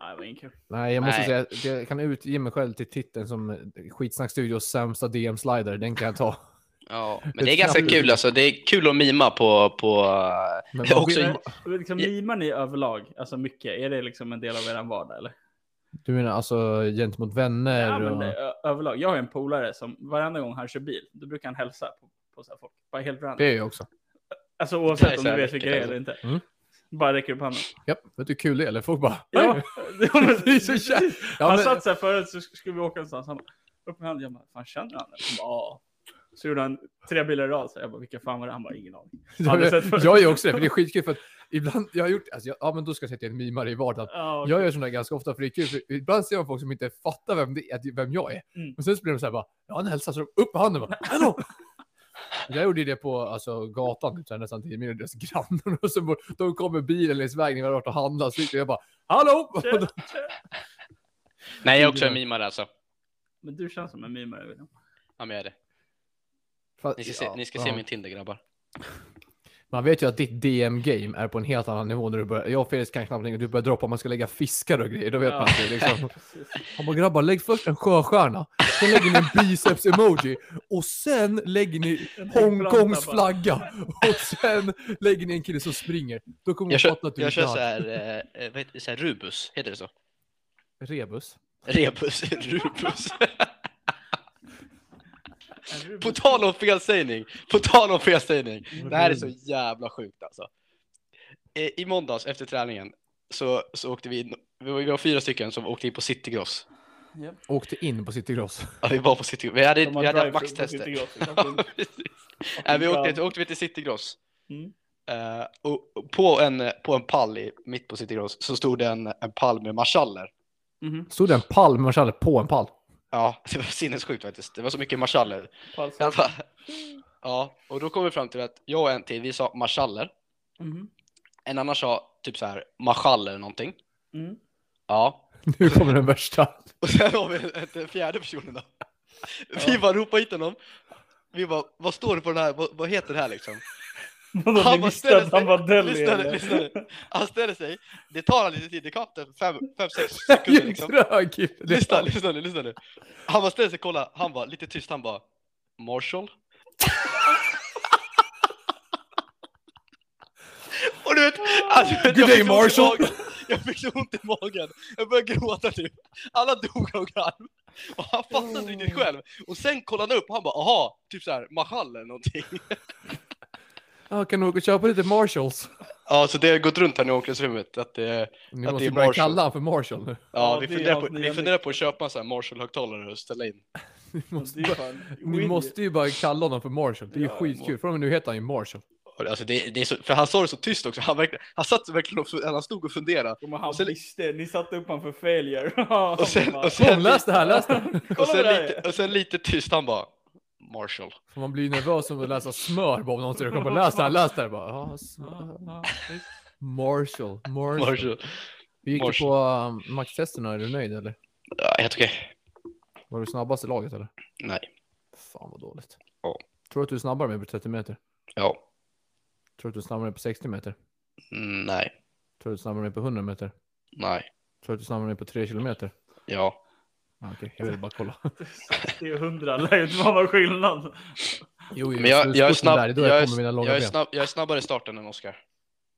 S2: Nej, det var inget kul.
S3: Nej, jag måste
S1: Nej.
S3: säga att jag kan utge mig själv till titeln som Skitsnackstudios sämsta DM-slider. Den kan jag ta.
S1: alltså. Ja, men
S3: Ett
S1: det är ganska
S3: knappt-
S1: kul alltså. Det är kul att mima på, på...
S3: Men
S1: Jag
S3: vad
S1: också-
S3: menar-
S2: Liksom, mimar ni överlag? Alltså mycket? Är det liksom en del av er vardag eller?
S3: Du menar alltså gentemot vänner?
S2: Ja, men
S3: och...
S2: det, ö- överlag. Jag har en polare som varenda gång han kör bil, då brukar han hälsa på, på så här folk. Bara helt random.
S3: det är jag också.
S2: Alltså
S1: Det är
S2: oavsett om
S1: så här
S2: du vet vilka det är
S1: riktigt,
S2: eller inte.
S3: Mm.
S2: Bara räcker upp handen.
S3: Japp, vet du hur kul det är? Eller folk bara...
S2: Ja, men-
S3: Det är så jävla- Ja,
S2: han
S3: men-
S2: satt så här förut så skulle vi åka någonstans. Han bara, upp med handen. Jag bara, fan känner han den? Han bara, "Ja." Så gjorde han tre bilar i rad. Så jag bara, vilka fan var det? Han bara, ingen aning. Har du sett förut?
S3: jag gör också det, för det är skitkul för att ibland... Jag har gjort... Alltså, jag, ja, men då ska jag säga att jag är en mimare i vardagen.
S2: Ja,
S3: Jag gör sådana ganska ofta för det är kul, för ibland ser man folk som inte fattar vem, det är, att- vem jag är.
S2: Mm.
S3: Och sen så blir de såhär bara, ja han hälsar, så de upp med handen bara, hallå! Jag gjorde ju det på alltså, gatan, typ, så här nästan 10 minuter, deras grannar. Och så bara, de kom med bilen längs vägen, jag hade varit och handlat, så gick jag bara, hallå!
S2: Tjena.
S3: Och då-
S1: Nej, jag är också en mimare alltså.
S2: Men du känns som en mimare William.
S1: Ja, men jag är det.
S3: Fan,
S1: Ni ska se,
S3: ja,
S1: ni ska se
S3: ja.
S1: min Tinder grabbar.
S3: Man vet ju att ditt DM-game är på en helt annan nivå när du börjar, jag och Felix kan knappt längre, du börjar droppa om man ska lägga fiskar och grejer, då vet
S2: Ja.
S3: man inte liksom. Han bara grabbar, lägg först en sjöstjärna, sen lägger ni en biceps-emoji och sen lägger ni Hongkongs
S2: bara.
S3: flagga och sen lägger ni en kille som springer. Då kommer
S1: Jag
S3: hon
S1: kör,
S3: fatta att du
S1: jag kör
S3: inte
S1: så
S3: har
S1: här, eh, eh, vad heter det, så här rubus, heter det så?
S3: rebus.
S1: Rebus, rubus. På tal om felsägning, på tal om felsägning. Det här är så jävla sjukt alltså. Eh, I måndags efter träningen så, så åkte vi in, vi var, vi var fyra stycken som åkte in på citygross.
S3: Åkte in på City Gross.
S1: Ja, vi var på citygross, vi hade,
S2: De har
S1: vi hade
S2: drive-thru på
S1: maxtester.
S2: Citygross, det kanske
S1: Ja,
S2: inte-
S1: precis. Nej, Äh, vi åkte, åkte vi till citygross.
S2: Mm.
S1: Eh, och och på en, på en pall i, mitt på citygross så stod det en, en pall med marschaller.
S2: Mhm.
S3: Stod det en pall med marschaller på en pall?
S1: Ja, det var sinnessjukt faktiskt. Det var så mycket marschaller.
S2: Falskt.
S1: Jag bara, ja, och då kom vi fram till att jag och en till, vi sa marschaller.
S2: Mhm.
S1: En annan sa typ så här marschaller eller någonting.
S2: Mm.
S1: Ja.
S3: Nu kommer den värsta.
S1: Och sen har vi ett, en fjärde personen då. Vi bara ropade hit honom. Vi bara, vad står det på den här, vad, vad heter det här liksom?
S2: Vadå, ni
S1: bara
S2: visste
S1: ställer
S2: att han
S1: sig-
S2: var Delhi
S1: Lyssna nu,
S2: eller?
S1: lyssna nu. Han ställer sig, Alltså, det tar han lite tid, det kan ta fem, fem, sex sekunder liksom. Lyssna, lyssna nu, lyssna nu. Han bara ställer sig och kollar, han bara lite tyst, han bara Marshall? och du vet, alltså, du vet, jag
S3: Good day,
S1: fick så ont i
S3: Marshall.
S1: magen. Jag fick så ont i magen, jag började gråta typ. Alla dog av garv. Och han fattade inte riktigt själv. Och sen kollade han upp och han bara aha, typ såhär Mahal eller någonting.
S3: Ja, kan du åka och köpa lite Marshalls?
S1: Ja, så det har gått runt här nu i omklädningsrummet att det
S3: Ni
S1: Att det är
S3: måste börja
S1: Marshall.
S3: kalla han för Marshall nu.
S1: Ja,
S2: Ja,
S1: vi,
S2: det är
S1: funderar på,
S2: hans nya
S1: vi funderar på att köpa en sån här Marshall-högtalare och ställa in.
S3: Ni måste,
S2: Det är
S3: bara,
S2: fan
S3: ni
S2: weird.
S3: måste ju bara kalla honom för Marshall. Det är ju
S2: Ja,
S3: skitkul. Från och med nu heter han ju Marshall.
S1: Alltså det, det är så, för han sa det så tyst också, han, verkligen, han satt verkligen och han stod och funderade.
S2: Jo, men han
S1: Och sen-
S2: visste, ni satte upp honom för failure. Ja,
S1: Och sen,
S2: bara,
S1: och
S3: Kom,
S1: sen,
S3: läs det här, läs det här.
S1: och sen,
S2: kolla vad det
S1: lite, och sen lite tyst, han bara Marshall.
S3: För Man blir ju nervös om att läsa smör bara om någon säger kommer läs det här, läs det här. Bara, ja, smör.
S2: Ja, ja, visst.
S3: Marshall, Marshall.
S1: Marshall.
S3: Hur gick det på um, maxtesterna? Är du nöjd eller?
S1: Ja, helt okej.
S3: Var du snabbast i laget eller?
S1: Nej.
S3: Fan vad dåligt.
S1: Ja.
S3: Tror du att du är snabbare med på 30 meter?
S1: Ja.
S3: Tror du att du är snabbare med på 60 meter?
S1: Mm, Nej.
S3: Tror du att du är snabbare med på 100 meter?
S1: Nej.
S3: Tror du att du är snabbare med på 3 kilometer?
S1: Ja.
S3: Ah, Okej, jag ville bara kolla.
S2: Det är hundra, lär ju inte vara någon skillnad.
S3: Jo, jo,
S1: Men jag, jag, är,
S3: slutspurten
S1: snabb,
S3: där, det är då
S1: jag, är,
S3: kommer mina långa
S1: jag, är
S3: ben.
S1: snabb, jag är snabbare i starten än Oskar.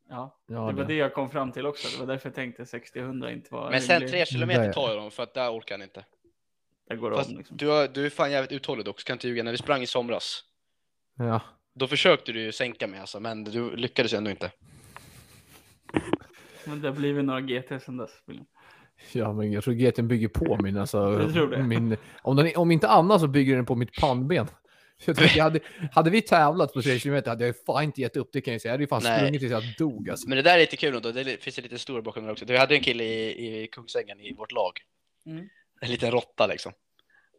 S2: Ja,
S3: Ja,
S2: det var
S3: det.
S2: det jag kom fram till också. Det var därför jag tänkte 60-100 inte var
S1: Men sen
S2: rimlig.
S1: tre
S3: Där.
S1: kilometer tar jag dem för att där orkar han inte.
S2: Där går det
S1: Fast
S2: om liksom.
S1: du, har- du är fan jävligt uthållig dock, ska inte ljuga. När vi sprang i somras,
S3: Ja.
S1: då försökte du ju sänka mig alltså, men du lyckades ändå inte.
S2: Men det har blivit några GT sen dess. William.
S3: ja, men jag tror GT'n bygger på min. Alltså,
S2: Jag tror det.
S3: min om, den, om inte annat så bygger den på mitt pannben. Så Jag tycker, jag hade, hade vi tävlat på 3 km hade jag fan inte gett upp, det kan jag säga. Jag hade ju fan
S1: Nej.
S3: sprungit tills jag dog alltså.
S1: Men det där är lite kul ändå, det li- finns en liten stor bakgrund där också. Vi hade en kille i, i Kungsängen i vårt lag.
S2: Mm.
S1: En liten råtta liksom.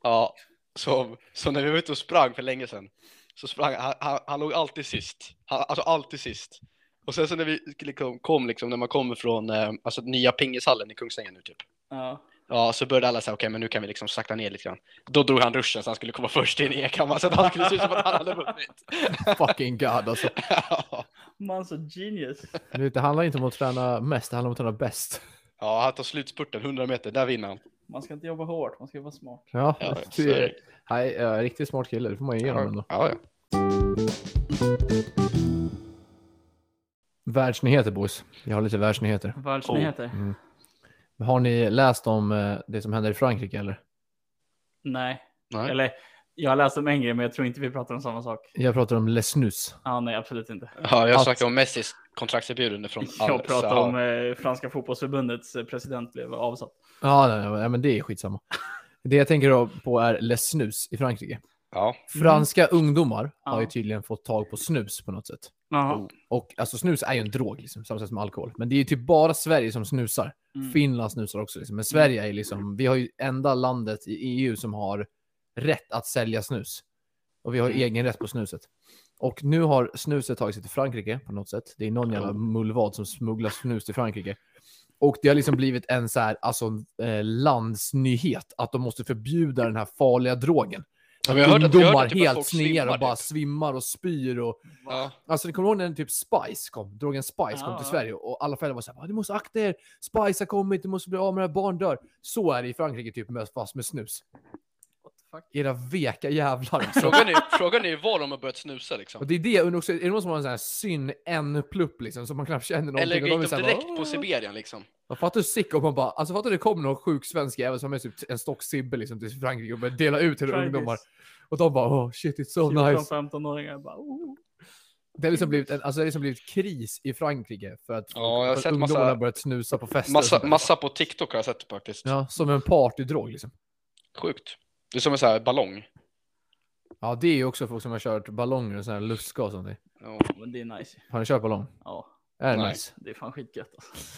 S1: Ja, så, så när vi var ute och sprang för länge sedan så sprang han, han, han låg alltid sist. Han, alltså alltid sist. Och sen så när vi liksom, kom liksom, när man kommer från eh, alltså, nya pingishallen i Kungsängen nu typ.
S2: Ja.
S1: Ja, så började alla säga okej, men nu kan vi liksom sakta ner lite grann. Då drog han ruschen så han skulle komma först in i enkammaren så att han skulle se ut som att han hade vunnit.
S3: Fucking god alltså.
S1: Ja.
S2: Man så genius.
S3: Du vet, Det handlar inte om att träna mest, det handlar om att träna bäst.
S1: ja, han tar slutspurten, 100 meter, där vinner han.
S2: Man ska inte jobba hårt, man ska vara smart.
S3: Ja,
S1: Ja,
S3: det,
S1: så är det.
S3: nej, jag är riktigt smart kille, det får man ju ge honom ändå.
S1: ja. ja.
S3: Världsnyheter boys. Jag har lite världsnyheter.
S2: Världsnyheter?
S3: Oh. Har ni läst om eh, det som händer i Frankrike eller?
S2: Nej.
S1: Nej.
S2: Eller jag har läst om en grej, men jag tror inte vi pratar om samma sak.
S3: Jag pratar om Les Nus.
S2: Ja, nej, absolut inte.
S1: Ja, jag
S3: Att-
S1: snackar om Messis kontraktserbjudande från
S2: Jag
S1: Al-
S2: pratar
S1: Saad.
S2: om eh, Franska fotbollsförbundets eh, president blev avsatt.
S3: Ja, nej, nej, nej, men det är skitsamma. Det jag tänker då på är Les Snus i Frankrike.
S1: Ja,
S3: Franska ungdomar har ju
S2: Ja.
S3: tydligen fått tag på snus på något sätt.
S2: Jaha.
S3: Och alltså snus är ju en drog, liksom, samma sätt som alkohol. Men det är ju typ bara Sverige som snusar.
S2: Mm.
S3: Finland snusar också. Liksom. Men Sverige är liksom, vi har ju enda landet i EU som har rätt att sälja snus. Och vi har
S1: Mm.
S3: egen rätt på snuset. Och nu har snuset tagit sig till Frankrike på något sätt. Det är någon jävla
S1: Oh.
S3: mullvad som smugglar snus till Frankrike. Och det har liksom blivit en så här, alltså, eh, landsnyhet att de måste förbjuda den här farliga drogen.
S1: Ja, men jag har hört att- jag har hört
S3: Ungdomar
S1: att typ att
S3: helt
S1: folk
S3: snear
S1: svimmar
S3: och bara
S1: typ.
S3: svimmar och spyr och
S1: Ja.
S3: Alltså ni kommer ihåg när typ Spice kom? Drogen Spice kom
S2: Ja.
S3: till Sverige och alla föräldrar var såhär "Ah, Du måste akta er! Spice har kommit, du måste bli av med det här, barn dör. Så är det i Frankrike typ, med, fast med snus. Era veka jävlar alltså.
S1: Frågan är, frågan är ju var de har börjat snusa
S3: Och
S1: liksom.
S3: det är det, och också, är det någon som har en sån här syn en plupp liksom, som man knappt känner någonting?
S1: Eller
S3: och
S1: gick
S3: är
S1: de
S3: såhär,
S1: direkt
S3: "Åh."
S1: på Sibirien liksom?
S3: Jag fattar hur sick om man bara, alltså fattar du det kom någon sjuk svensk jävel som har med sig typ en stock sibbe liksom till Frankrike och började dela ut till
S2: Try
S3: ungdomar.
S2: this.
S3: Och de bara oh shit it's so nice.
S2: 14-15-åringar bara oh.
S3: Det har liksom blivit, en, alltså det har liksom blivit kris i Frankrike för att
S1: Ja, jag har
S3: för
S1: sett
S3: ungdomarna
S1: massa-
S3: har börjat snusa på fester. och sånt
S1: Massa,
S3: där. liksom.
S1: massa på TikTok har jag sett faktiskt.
S3: Ja, som en partydrog liksom.
S1: Sjukt. Det är som en sån här ballong.
S3: Ja, det är ju också folk som har kört ballonger och sån här lustgas och sånt. där.
S1: Ja.
S2: Men det är nice.
S3: Har ni kört ballong?
S2: Ja,
S3: Är det
S1: Nej.
S3: nice?
S2: det är fan skitgött alltså.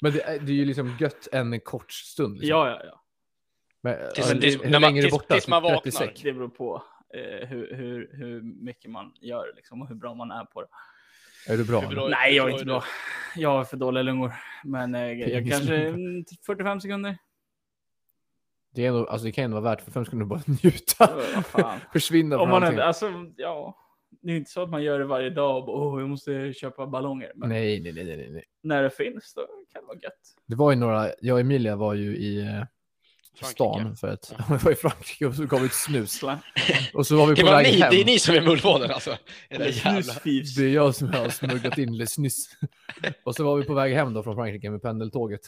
S3: Men det är, det är ju liksom gött en kort stund. Liksom.
S2: Ja, ja, ja.
S3: Men,
S1: Tills-
S3: ja,
S1: tills-
S3: hur
S1: när man-
S3: länge är det
S1: tills-
S3: borta?
S1: tills man
S3: Typ
S1: vaknar.
S3: sek.
S2: Det beror på eh, hur, hur, hur mycket man gör liksom, och hur bra man är på det.
S3: Är du bra?
S1: Hur bra-
S3: nu?
S2: Nej, jag är
S1: hur
S2: inte bra. Jag har för dåliga lungor. Men eh, jag
S3: Penislungor.
S2: kanske mm, 45 sekunder.
S3: Det, är ändå, alltså, det kan ju ändå vara värt för fem sekunder att bara njuta.
S2: Vad fan.
S3: Försvinna
S2: Om
S3: från
S2: man
S3: allting.
S2: är, alltså, ja. Det är inte så att man gör det varje dag och bara, oh, jag måste köpa ballonger. Men
S3: Nej, nej, nej, nej, nej, nej.
S2: när det finns då kan det vara gött.
S3: Det var ju några, jag och Emilia var ju i eh,
S1: Frankrike.
S3: stan för att, vi var i Frankrike och så gav vi ett snus.
S2: Sla-
S3: Och så var vi
S1: Det,
S3: på
S1: var
S3: väg
S1: ni,
S3: hem.
S1: det är ni som är mullvaden alltså. Era jävla...
S2: Snusfifs.
S3: Det är jag som har smugglat in lite snus. Och så var vi på väg hem då från Frankrike med pendeltåget.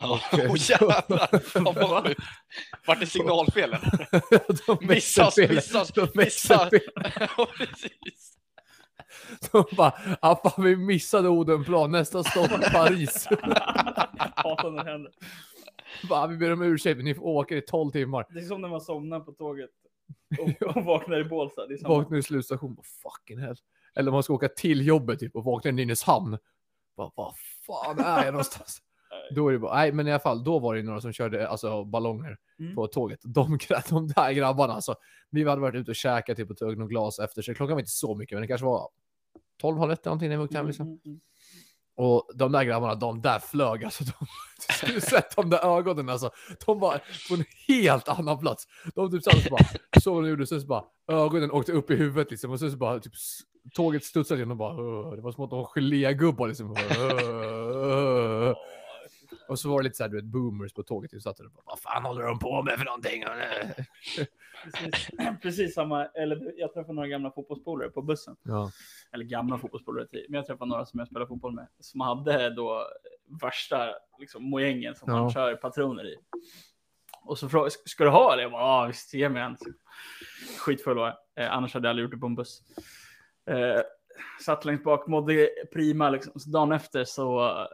S1: Ja. Åh jävlar! Fan, vad sjukt. Vart är signalfelen?
S3: de
S1: Missas,
S3: missade fel.
S1: missas,
S3: de missade
S1: missas.
S3: fel.
S1: Ja, precis.
S3: De bara, "Ah, fan, vi missade Odenplan, nästa stopp Paris.
S2: Hatar när det händer.
S3: bara, "Ah, vi ber om ursäkt, men ni får åka i 12 timmar.
S2: Det är som när man somnar på tåget och, och vaknar i Bålsta. Det är samma.
S3: Vaknar i slutstation, bara, fucking hell. Eller om man ska åka till jobbet typ, och vaknar i Nynäshamn. Bara, Vad fan är jag någonstans? Då är det bara, nej men i alla fall, då var det ju några som körde alltså, ballonger
S2: Mm.
S3: på tåget. De, gra- de där grabbarna alltså. Vi hade varit ute och käkat typ, och tog någon glas efter, så klockan var inte så mycket, men det kanske var 12, halv ett eller någonting när vi åkte hem. Liksom.
S2: Mm, mm,
S3: Och de där grabbarna, de där flög alltså. De, du skulle sett de där ögonen alltså. De var på en helt annan plats. De typ satt och så bara, så vad de gjorde, sen så bara, ögonen åkte upp i huvudet liksom. Och sen så bara, typ, s- tåget studsade igen och bara, "Åh", det var som att de var gelégubbar liksom. Bara, "Åh, åh". Och så var det lite så här, du vet, boomers på tåget. Typ, satt där och bara, vad fan håller de på med för någonting?
S2: mm. Precis, precis samma. Eller jag träffade några gamla fotbollspolare på bussen.
S3: Ja.
S2: Eller gamla fotbollspolare. till- Men jag träffade några som jag spelar fotboll med. Som hade då värsta liksom, mojängen som
S3: Ja.
S2: man kör patroner i. Och så frågade ska du ha det? Jag bara, ja visst, ge mig en. Skitfull var jag. eh, Annars hade jag aldrig gjort det på en buss. Eh, satt längst bak, mådde prima liksom. Så dagen efter så, eh,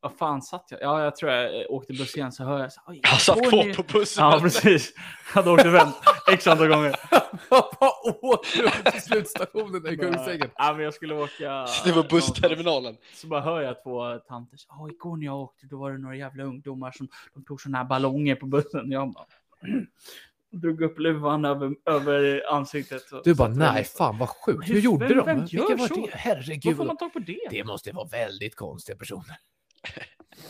S2: vad fan satt jag? Ja, jag tror jag eh, åkte buss igen så hör jag så här, "Oj,
S1: Jag satt
S2: går ni?"
S1: kvar på bussen.
S2: Ja, precis. Jag hade åkt event x antal gånger.
S3: Vad åt du till slutstationen där i Kungsängen?
S2: Ja, men jag skulle åka. eh,
S1: Det var bussterminalen.
S2: Så bara hör jag två tanter. Ja, igår när jag åkte, då var det några jävla ungdomar som de tog sådana här ballonger på bussen. Jag bara "Mm." drog upp luvan över, över ansiktet. och
S3: Du bara,
S2: satte den
S3: nej
S2: i-
S3: fan vad sjukt,
S2: Hur-
S3: hur gjorde
S2: vem-
S3: de?
S2: vem
S3: Vilka
S2: gör
S3: var
S2: så?
S3: det? Herregud.
S2: Var får man tag på det?
S3: Det måste vara väldigt konstiga personer.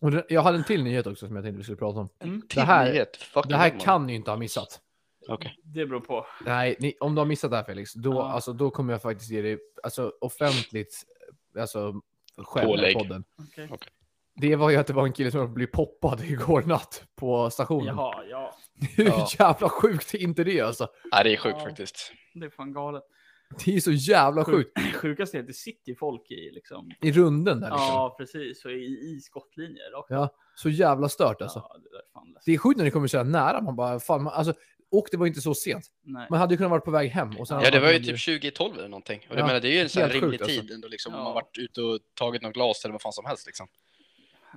S3: Och det, jag hade en till nyhet också som jag tänkte vi skulle prata om. Det här- Det här kan ni ju inte ha missat.
S1: Okej.
S2: Det beror på.
S3: Nej, ni, om du har missat det här Felix, då,
S2: Ja.
S3: alltså, då kommer jag faktiskt ge dig alltså, offentligt alltså, skäll i
S1: Pålägg.
S3: podden.
S2: Okej.
S3: Det var ju att det var en kille som blev poppad igår natt på stationen.
S2: Jaha, ja.
S3: Hur
S1: Ja.
S3: jävla sjukt är inte det alltså?
S1: Nej, det är sjukt
S2: Ja.
S1: faktiskt.
S2: Det är fan galet.
S3: Det är så jävla
S2: Sjukt.
S3: sjukt.
S2: Sjukast är att det sitter ju folk i liksom.
S3: I runden där liksom.
S2: Ja, precis. Och i, i skottlinjer. rakt
S3: Ja, så jävla stört alltså.
S2: Ja, det där är fan läskigt.
S3: Det är sjukt när det kommer så här nära. Man bara, fan, man, alltså, och det var inte så sent.
S2: Nej.
S3: Man hade ju kunnat vara på väg hem. Och sen
S1: Ja,
S3: hade
S1: det
S3: man
S1: var ju
S3: kunnat
S1: typ
S3: bli-
S1: 20 i 12 eller någonting. Och jag
S3: Ja,
S1: menar, det är ju en sån här
S3: helt
S1: rimlig
S3: sjukt, alltså.
S1: tid ändå liksom.
S2: Ja.
S1: Man har varit ute och tagit något glas eller vad fan som helst liksom.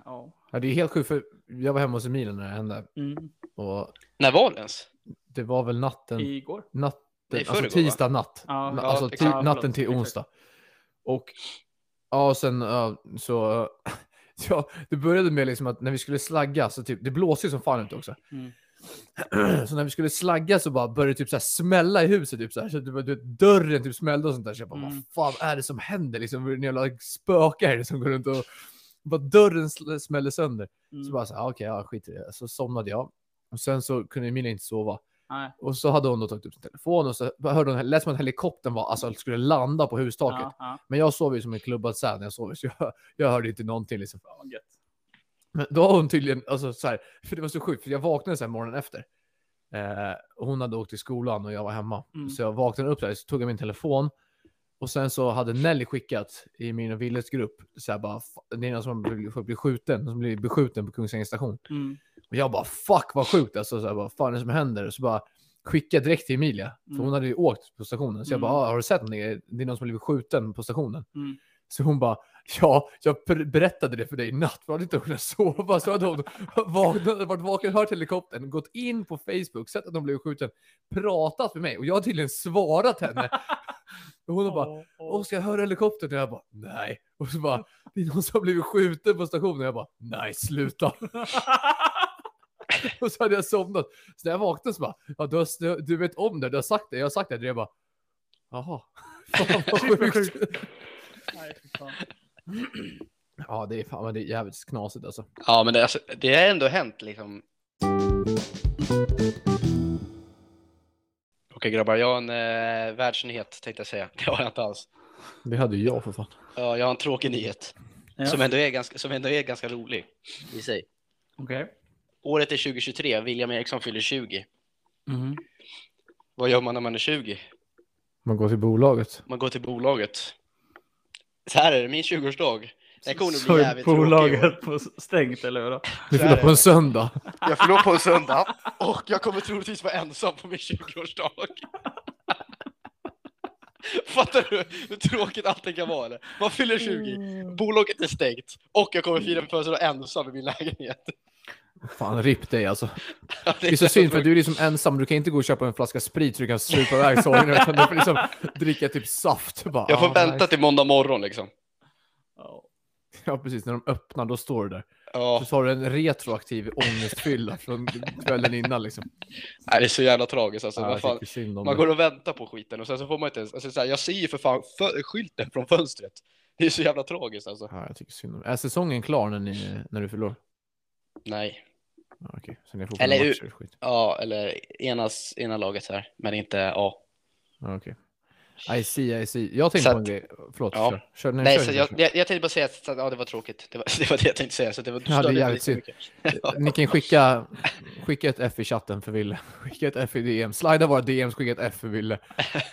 S2: Ja.
S3: Ja, det är helt sjukt, för jag var hemma hos Emilia när det hände.
S2: Mm.
S3: Och
S1: När var det ens?
S3: det var väl natten,
S2: Igår.
S3: natten
S1: Det är i
S3: alltså
S1: förrgår,
S3: tisdag natt.
S2: Ja,
S3: Na-
S2: ja,
S3: alltså
S1: exakt.
S3: ti-
S2: Ja, förlåt,
S3: natten till
S2: exakt.
S3: onsdag. Och ja, och sen ja, så... Ja, det började med liksom att när vi skulle slagga, så typ, det blåser ju som fan ute också.
S2: Mm.
S3: Så när vi skulle slagga så bara började det typ så här smälla i huset. Typ så här. Så du, du, vet, dörren typ smällde och sånt där. Så jag bara,
S2: Mm.
S3: vad fan är det som händer? Liksom, en jävla spöke är det som går runt och... Bara dörren sl- smällde sönder.
S2: Mm.
S3: "Ah, Så bara så här, okej, ja, skit i det. Så somnade jag. Och sen så kunde Emilia inte sova.
S2: Nej.
S3: Och så hade hon då tagit upp sin telefon och så hörde hon, lät som att helikoptern var, alltså, skulle landa på hustaket.
S2: Ja, ja.
S3: Men jag sov ju som en klubbad säl när jag sov, så jag, jag hörde inte någonting. Liksom.
S2: Fan, vad gött.
S3: Men då har hon tydligen, alltså så här, för det var så sjukt, för jag vaknade så här morgonen efter. Eh, och hon hade åkt till skolan och jag var hemma.
S2: Mm.
S3: Så jag vaknade upp där, så tog jag min telefon. Och sen så hade Nelly skickat i min och Willes grupp, så här bara, "Fa- det är någon som blir, blir skjuten, som blir beskjuten på Kungsängen station.
S2: Mm.
S3: Och jag bara fuck vad sjukt alltså, så här, vad fan är det som händer? Och så bara skickade jag direkt till Emilia, för
S2: Mm.
S3: hon hade ju åkt på stationen. Så jag
S2: Mm.
S3: bara, "Ah, har du sett någonting? Det är någon som har blivit skjuten på stationen.
S2: Mm.
S3: Så hon bara, ja, jag per- berättade det för dig i natt, för jag hade inte hunnit sova. Så hade hon vaknat, varit vaken, hört helikoptern, gått in på Facebook, sett att de blev skjuten, pratat med mig och jag har tydligen svarat henne. Och hon bara,
S2: Åh, åh.
S3: Oskar, hör helikoptern? Och jag bara, nej. Och så bara, det är någon som har blivit skjuten på stationen. Och jag bara, nej, sluta. Och så hade jag somnat. Så när jag vaknade så bara, ja, du, har, du vet om det, du har sagt det, jag har sagt det. Och jag bara, jaha. Fan
S2: Shit,
S3: vad
S2: vad
S3: sjukt.
S2: Nej, fy fan.
S3: Ja, det är fan men det är jävligt knasigt alltså.
S1: Ja, men det, alltså, det har ändå hänt liksom. Okej grabbar, jag har en eh, världsnyhet tänkte jag säga. Det har jag inte alls.
S3: Det hade ju jag för fan.
S1: Ja, jag har en tråkig nyhet
S2: Ja.
S1: som, ändå är ganska, som ändå är ganska rolig i sig.
S2: Okej.
S1: Året är 2023, William Eriksson fyller 20.
S2: Mhm.
S1: Vad gör man när man är 20?
S3: Man går till bolaget.
S1: Man går till bolaget. Så här är det, min 20-årsdag. Den kommer nog
S2: Så
S1: bli
S2: är
S1: jävligt tråkig. i år.
S2: bolaget på stängt eller hur? då?
S3: Du
S1: Så är
S3: fyller på
S1: det.
S3: en söndag.
S1: Jag fyller på en söndag och jag kommer troligtvis vara ensam på min 20-årsdag. Fattar du hur tråkigt allting kan vara? Eller? Man fyller 20,
S3: Mm.
S1: bolaget är stängt och jag kommer fira min födelsedag ensam i min lägenhet.
S3: Fan, ripp dig alltså.
S1: Ja,
S3: Det är så synd för du är liksom ensam, du kan inte gå och köpa en flaska sprit så du kan supa iväg sorgen utan du får liksom dricka typ saft. Bara,
S1: Jag får
S3: ah,
S1: vänta
S3: nej.
S1: till måndag morgon liksom.
S2: Ja.
S3: Ja precis, när de öppnar då står du där.
S1: Ja,
S3: Så har du en retroaktiv ångestfylla från kvällen innan liksom.
S1: nej, det är så jävla tragiskt alltså.
S3: Ah,
S1: Vad
S3: jag
S1: fan.
S3: tycker synd
S1: Man
S3: om dig.
S1: går och väntar på skiten och sen så får man inte ens, alltså, så här, jag ser ju för fan fö- skylten från fönstret. Det är så jävla tragiskt alltså.
S3: Ja, jag tycker synd om dig. Är säsongen klar när, ni, när du fyller år?
S1: Nej.
S3: Ja, Okej, sen är det fortfarande
S1: Eller hur?
S3: matcher och skit.
S1: Ja, eller enas, ena laget här, men inte ja.
S3: Ja, Okej. I see, I see. Jag tänkte
S1: Så
S3: på en
S1: att-
S3: grej. Förlåt,
S1: Ja.
S3: kör. kör. Nej,
S1: Nej,
S3: kör
S1: så
S3: inte,
S1: jag,
S3: kör.
S1: jag, jag tänkte bara säga att, att ja, det var tråkigt. Det var, det var det jag tänkte säga. Så det var, du
S3: Ja, det är
S1: störde mig
S3: jävligt
S1: lite
S3: synd.
S1: mycket.
S3: Ni kan skicka, skicka ett F i chatten för Ville. Skicka ett F i DM. Slida våra DMs, skicka ett F för Ville.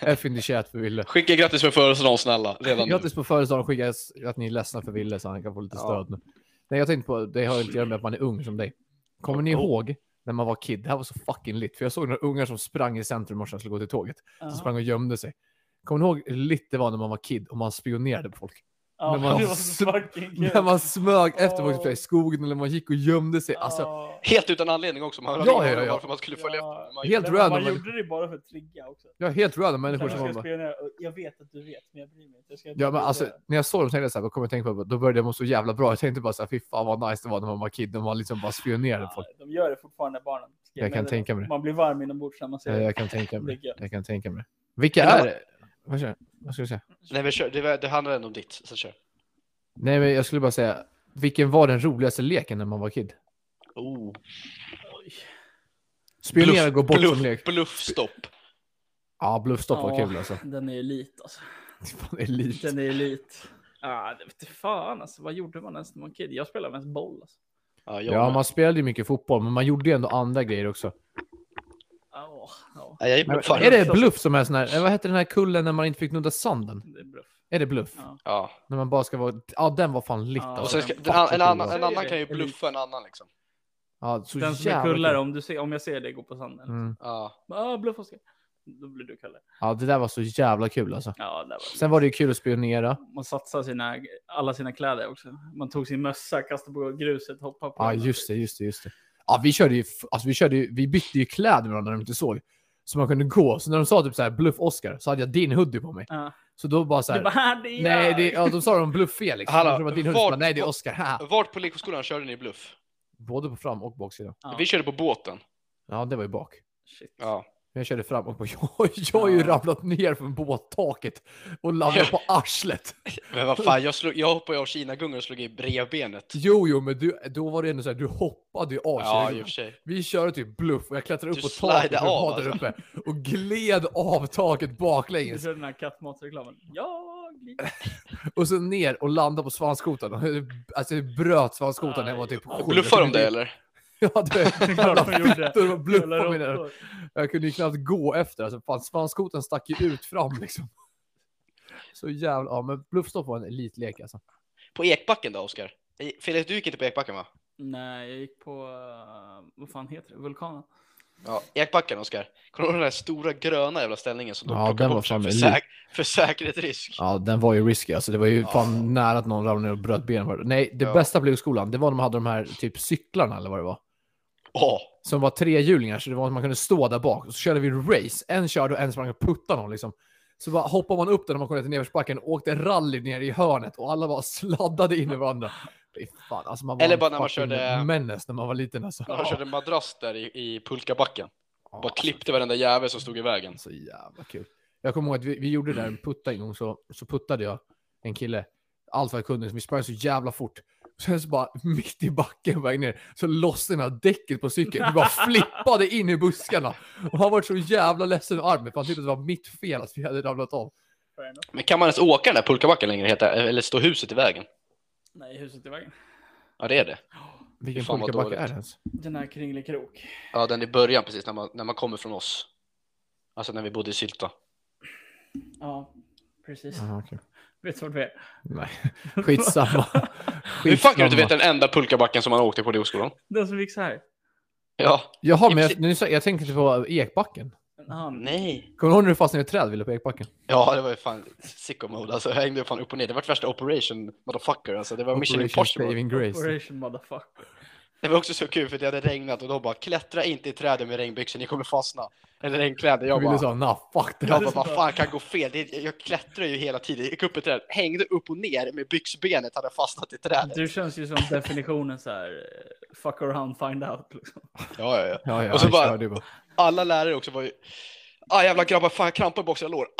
S3: F in the chat för Ville.
S1: Skicka grattis för födelsedagen snälla. Redan nu.
S3: Grattis på födelsedagen, skicka s- att ni är ledsna för Ville så han kan få lite
S1: Ja.
S3: stöd nu. Nej, jag tänkte på, det har ju inte att göra med att man är ung som dig. Kommer ni
S1: Oh.
S3: ihåg när man var kid? Det här var så fucking lit. För jag såg några ungar som sprang i centrum i morse när de skulle gå till tåget.
S2: Ja.
S3: Så sprang och gömde sig. Kommer ni ihåg hur lit det var när man var kid och man spionerade på folk?
S2: Ja,
S3: när man-
S2: det var så fucking kul.
S3: När man smög efter folk
S2: Åh.
S3: typ i skogen eller man gick och gömde sig. Alltså,
S2: Ja.
S1: Helt utan anledning också. Man hade
S3: Ja,
S1: ingen
S3: ja,
S1: aning om
S3: ja.
S1: varför man skulle följa
S2: Ja.
S1: efter. Man,
S3: Helt
S2: Nej, men
S3: random,
S2: Man
S3: men-
S2: gjorde det bara för att trigga också.
S3: jag är helt random människor
S2: Jag,
S3: som man
S2: ska
S3: bara,
S2: spionera, och jag vet att du vet, men jag bryr mig inte. Jag ska inte
S3: Ja men alltså,
S2: spionera.
S3: när jag såg dem tänkte jag så här, vad kommer jag tänka på? Då började jag må så jävla bra. Jag tänkte bara så här, fy fan vad nice det var när man var kid. När man liksom bara spionerade på
S2: Ja,
S3: folk.
S2: de gör det fortfarande, barnen. Ska
S3: Jag kan
S2: meddela.
S3: tänka mig det.
S2: Man blir varm inombords när man ser
S3: Eh,
S2: det.
S3: Jag kan tänka mig
S2: Det är
S3: det.
S2: gött.
S3: Jag kan tänka mig det. Vilka
S1: Men det
S3: är det? Vad ska jag- vad ska jag säga?
S1: nej, men kör, det, var- det handlar ändå om ditt. Så kör.
S3: Nej men jag skulle bara säga, vilken var den roligaste leken när man var kid?
S1: Oh.
S2: Oj.
S3: Spionera och gå bort
S1: bluff,
S3: som lek.
S1: Bluffstopp.
S3: Ja, bluffstopp var
S2: Ja.
S3: kul alltså.
S2: Den är elit alltså.
S3: Fan, elit.
S2: Den är elit. Ah, det vete fan alltså. Vad gjorde man ens när man var kid? Jag spelade mest boll alltså.
S1: Ja, jag,
S3: Ja,
S1: med.
S3: man spelade ju mycket fotboll, men man gjorde ju ändå andra grejer också.
S2: Ja, ja,
S1: Nej, jag gick
S3: Men,
S1: upp fan.
S3: är det bluff som är sån här, eh, vad heter den här kullen när man inte fick nudda sanden?
S2: det är bluff.
S3: Är det bluff?
S2: Ja.
S1: Ja.
S3: När man bara ska vara, ja den var fan lit
S2: Ja.
S1: Och
S3: alltså.
S1: sen ska,
S3: Fuck,
S1: en, an- en,
S3: vad kul
S1: annan,
S3: det var.
S1: en annan kan ju bluffa en annan liksom.
S3: Ja, så
S2: Den som är
S3: jävla
S2: kullare,
S3: kul.
S2: om, du ser, om jag ser dig gå på sanden. Mm.
S3: Mm.
S1: Ja.
S2: Ah, bluff Oskar. Då blir du kullare.
S3: Ja, det där var så jävla kul alltså.
S2: Ja, där var
S3: Sen var det ju kul att spionera.
S2: Man satsar sina, alla sina kläder också. Man tog sin mössa, kastade på gruset, hoppade på
S3: Ja,
S2: den.
S3: just det, just det, just det. Ja, vi körde ju, alltså vi körde ju, vi bytte ju kläder med varandra när de inte såg. Så man kunde gå. Så när de sa typ så här bluff Oscar så hade jag din hoodie på mig.
S2: Ja.
S3: Så då bara så
S2: Du
S3: här.
S2: bara, "Ah, det är
S3: nej,
S2: jag."
S3: det, ja, de sa de bluff fel liksom.
S1: Hallå,
S3: Hallå, de bara, din hoodie, så
S1: var-
S3: bara, nej, det är Oscar. Haha.
S1: Vart på lekskolan körde ni bluff?
S3: Både på fram och baksidan.
S2: Ja.
S1: Vi körde på båten.
S3: Ja, det var ju bak.
S2: Shit.
S1: Ja.
S2: Ja.
S3: ramlat ner från båttaket och landat på arslet.
S1: Men vad fan, jag, slog, jag hoppade ju av Kina-gungor och slog i brevbenet.
S3: Jo, jo, men du, då var det ändå så här, du hoppade ju av.
S1: Ja,
S3: kedjan.
S1: i och för sig.
S3: Vi körde typ bluff och jag klättrade upp
S1: Du
S3: på taket
S1: slidade
S3: och
S1: av,
S3: var där
S1: alltså.
S3: uppe och gled av taket
S2: Du
S3: baklänges
S2: körde den här kattmatsreklamen. Jag glider.
S3: och så ner och landade på svanskotan. Alltså jag bröt svanskotan när jag var typ sju.
S1: Bluffar de
S3: Jag kunde-
S1: dig eller?
S3: Ja, du vet.
S2: Det är klart de gjorde.
S3: De bluffade mig
S2: Jävla
S3: där.
S2: råttor.
S3: Jag kunde ju knappt gå efter. Alltså, fan, svanskotan stack ju ut fram liksom. Så jävla... Ja, men bluffstopp var en elitlek alltså.
S1: På Ekbacken då, Oskar? Nej, Felix, du gick inte på Ekbacken va?
S2: Nej, jag gick på, eh, vad fan heter det, vulkanen?
S1: Ja. Ekbacken, Oskar. Kommer du ihåg den där stora gröna jävla ställningen som de
S3: Ja, den
S1: plockade
S3: var
S1: bort sen
S3: fan
S1: för,
S3: elit.
S1: säk för säkerhetsrisk?
S3: Ja, den var ju risky. Alltså, det var ju
S1: Ja.
S3: fan nära att någon ramlade ner och bröt benen. Nej, det
S1: Ja.
S3: bästa på lekskolan, det var när man hade de här typ cyklarna eller vad det var.
S1: Åh,
S3: Som var trehjulingar, så det var att man kunde stå där bak. Och så körde vi race. En körde och en sprang och puttade någon liksom. Så bara hoppade man upp där när man kom ner till nedförsbacken och åkte rally ner i hörnet och alla bara sladdade in i varandra. Fy Fan, alltså man var
S1: Eller
S3: en
S1: bara när man
S3: fucking
S1: körde-
S3: menace när man var liten alltså.
S1: jag körde madrass där i, i pulkabacken.
S3: Ja, alltså.
S1: Bara klippte varenda jävel som stod i vägen.
S3: Så jävla kul. Jag kommer ihåg att vi, vi gjorde det där en putta en gång, så, så puttade jag en kille allt vad jag kunde, så vi sprang så jävla fort. Sen så bara mitt i backen på väg ner så lossnade den här däcket på cykeln. Vi bara flippade in i buskarna. Och han var så jävla ledsen i armen för han tyckte att det var mitt fel att vi hade ramlat av.
S2: Fair enough.
S1: Men kan man ens åka den där pulkabacken längre, heter, eller står huset i vägen?
S2: Nej, huset i vägen.
S1: Ja, det är det.
S3: Vilken
S1: Fan, vad
S3: pulkabacke
S1: dåligt.
S3: är det ens?
S2: Den här kringelikrok.
S1: Ja, den i början precis, när man, när man kommer från oss. Alltså när vi bodde i Sylta.
S2: Ja, precis.
S3: Jaha, okej.
S2: Vet du vart vi är?
S3: Nej, skitsamma.
S1: Hur fan kan du inte
S3: Skitsamma.
S1: veta den enda pulkabacken som man åkte på i skolan?
S2: Den som gick så här.
S1: Ja.
S3: Jaha, men jag, nu, sa- jag tänkte på ekbacken.
S2: Han.
S1: Nej.
S3: Kommer du ihåg när du fastnade i ett träd ville på ekbacken?
S1: Ja, det var ju fan sicko mode alltså. Jag hängde ju fan upp och ner. Det var värsta operation motherfucker alltså. Det var mission impossible.
S3: Saving Grace.
S2: Operation motherfucker.
S1: Det var också så kul för det hade regnat och de bara klättra inte i träden med regnbyxor, ni kommer fastna. Eller regnkläder.
S3: Jag
S1: Jag
S3: ville
S1: bara,
S3: säga, nah, fuck det här.
S1: jag bara vad fan kan gå fel? Det, jag klättrar ju hela tiden. Jag gick upp i trädet, hängde upp och ner med byxbenet, hade fastnat i trädet.
S2: Du känns ju som definitionen så här. eh, Fuck around, find out. Liksom.
S1: Ja, ja, ja.
S3: Ja, ja,
S1: Och så
S3: jag
S1: bara-
S3: körde ju bara.
S1: Alla lärare också var ju, ah jävla grabbar, fan jag krampar i baksida lår.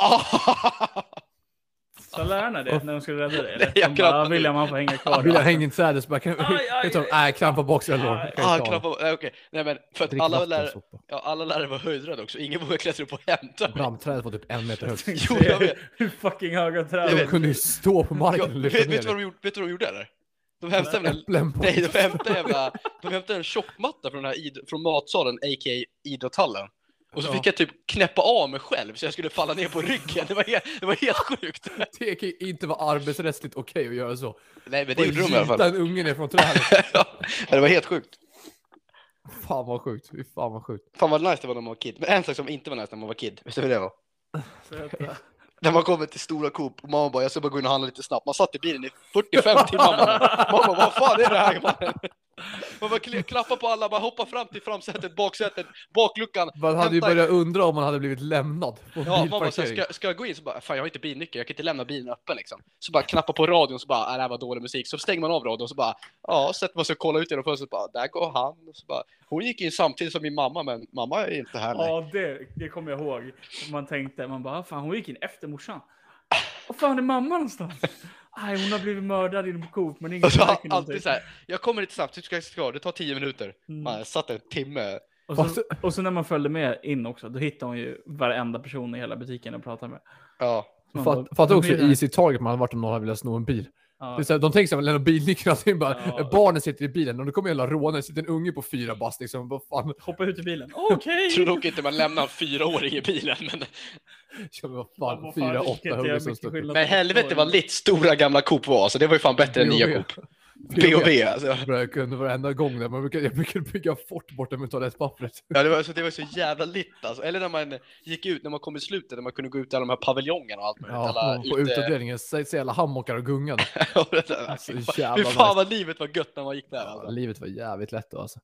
S1: Ah!
S2: Så lärarna det när de skulle rädda dig? eller?
S1: jag
S2: De bara,
S1: klappade.
S2: William han får hänga kvar.
S3: Vill jag hänga inte trädet så bara kan
S2: Aj, aj,
S3: jag... Nej, krampa boxen lår.
S2: Aj,
S3: Kan jag
S1: Ah,
S3: ta.
S1: krampar, nej okej. Nej men, för att
S3: Drick
S1: alla
S3: vatten,
S1: lärare,
S3: soppa.
S1: ja, alla lärare var höjdrädda också. Ingen vågade klättra upp och hämta mig.
S3: Ramträdet var typ en meter högt.
S1: Jo, jag vet.
S2: Hur fucking höga
S1: Jag
S3: De
S1: vet.
S2: träd.
S3: kunde ju stå på
S1: Ja,
S3: marken och lyfta
S1: vet, vet, du
S3: ner
S1: vad
S3: det.
S1: de gjorde, vet du vad de gjorde eller? De hämtade en
S3: Äpplen på.
S1: Nej, de hämtade, jävla, de hämtade en tjockmatta från, den här id- från matsalen, a.k.a. idrottshallen. Och så
S3: Ja.
S1: fick jag typ knäppa av mig själv så jag skulle falla ner på ryggen. Det var helt, det var helt sjukt.
S3: Det kan ju inte vara arbetsrättsligt okej att göra så.
S1: Nej, men det
S3: Och
S1: gjorde de i alla
S3: gita
S1: fall.
S3: en unge ner från trädet.
S1: Ja, det var helt sjukt.
S3: Fan vad sjukt. Fy Fan vad sjukt.
S1: Fan vad nice det var när man var kid. Men en sak som inte var nice när man var kid, vet du vad det var?
S2: Så vänta.
S1: När man kommer till Stora Coop och mamma bara, jag ska bara gå in och handla lite snabbt. Man satt i bilen i 45 timmar. Mamma, mamma vad fan är det här? mannen? Man bara kli- klappar på alla, bara hoppar fram till framsätet, baksätet, bakluckan.
S3: Man hade ju
S1: hämtar-
S3: börjat undra om man hade blivit lämnad på
S1: Ja, man bara, så här,
S3: bilparkering.
S1: ska, ska jag gå in? Så bara, fan jag har inte bilnyckel, jag kan inte lämna bilen öppen liksom. Så bara knappa på radion så bara, äh, det här var dålig musik. Så stänger man av radion så bara, ja, sätter man sig och kollar ut genom fönstret bara, där går han. Och Så bara, Hon gick in samtidigt som min mamma, men mamma är inte här. Nej.
S2: Ja, det, det kommer jag ihåg. Man tänkte, man bara, "Ah, fan hon gick in efter morsan. Vad fan är mamma någonstans? Nej, hon har blivit mördad inne på Coop, men ingen
S1: Och så
S2: märker någonting.
S1: alltid så här, jag kommer lite snabbt, hur ska jag ska, det tar tio minuter.
S2: Mm.
S1: Man jag satt en timme.
S2: Och, så, och så när man följde med in också, då hittade hon ju varenda person i hela butiken och pratade med.
S1: Ja.
S2: Man bara,
S3: Fatt- Fatta också
S2: "Vem är det här?"
S3: i sitt target man hade varit om någon hade velat sno en bil.
S2: Ja.
S3: Det är så här, de tänker sig att lämna bilnycklarna till bara,
S2: Ja.
S3: barnen sitter i bilen och då kommer hela rånare, sitter en unge på fyra bast liksom. Vad fan,
S2: Hoppa ut ur bilen. Okej!
S1: Jag tror nog inte man lämnar en fyraåring i bilen, men,
S3: Ja, men vad
S2: Ja,
S3: fan,
S2: vad fan,
S3: fyra,
S2: vilket
S3: åtta
S2: jävla
S3: hugger som
S2: mycket
S3: står
S2: skillnad
S1: men
S2: på
S1: helvete
S2: två.
S1: vad litt stora gamla Coop var. Alltså det var ju fan bättre än nya Coop. B&B alltså.
S3: Jag kunde varenda gång där, man brukar, jag brukade bygga fort borta med toalettpappret.
S1: Ja, det var, så det var så jävla litt alltså. Eller när man gick ut, när man kom i slutet, när man kunde gå ut i alla de här paviljongerna och allt möjligt. alla,
S3: Ja, på utavdelningen, så så jävla hammockar och gungan.
S1: Ja, det där.
S3: Alltså,
S1: Hur
S3: jävla
S1: fan
S3: nice.
S1: vad livet var gött när man gick där
S3: Ja,
S1: alltså.
S3: livet var jävligt lätt då alltså.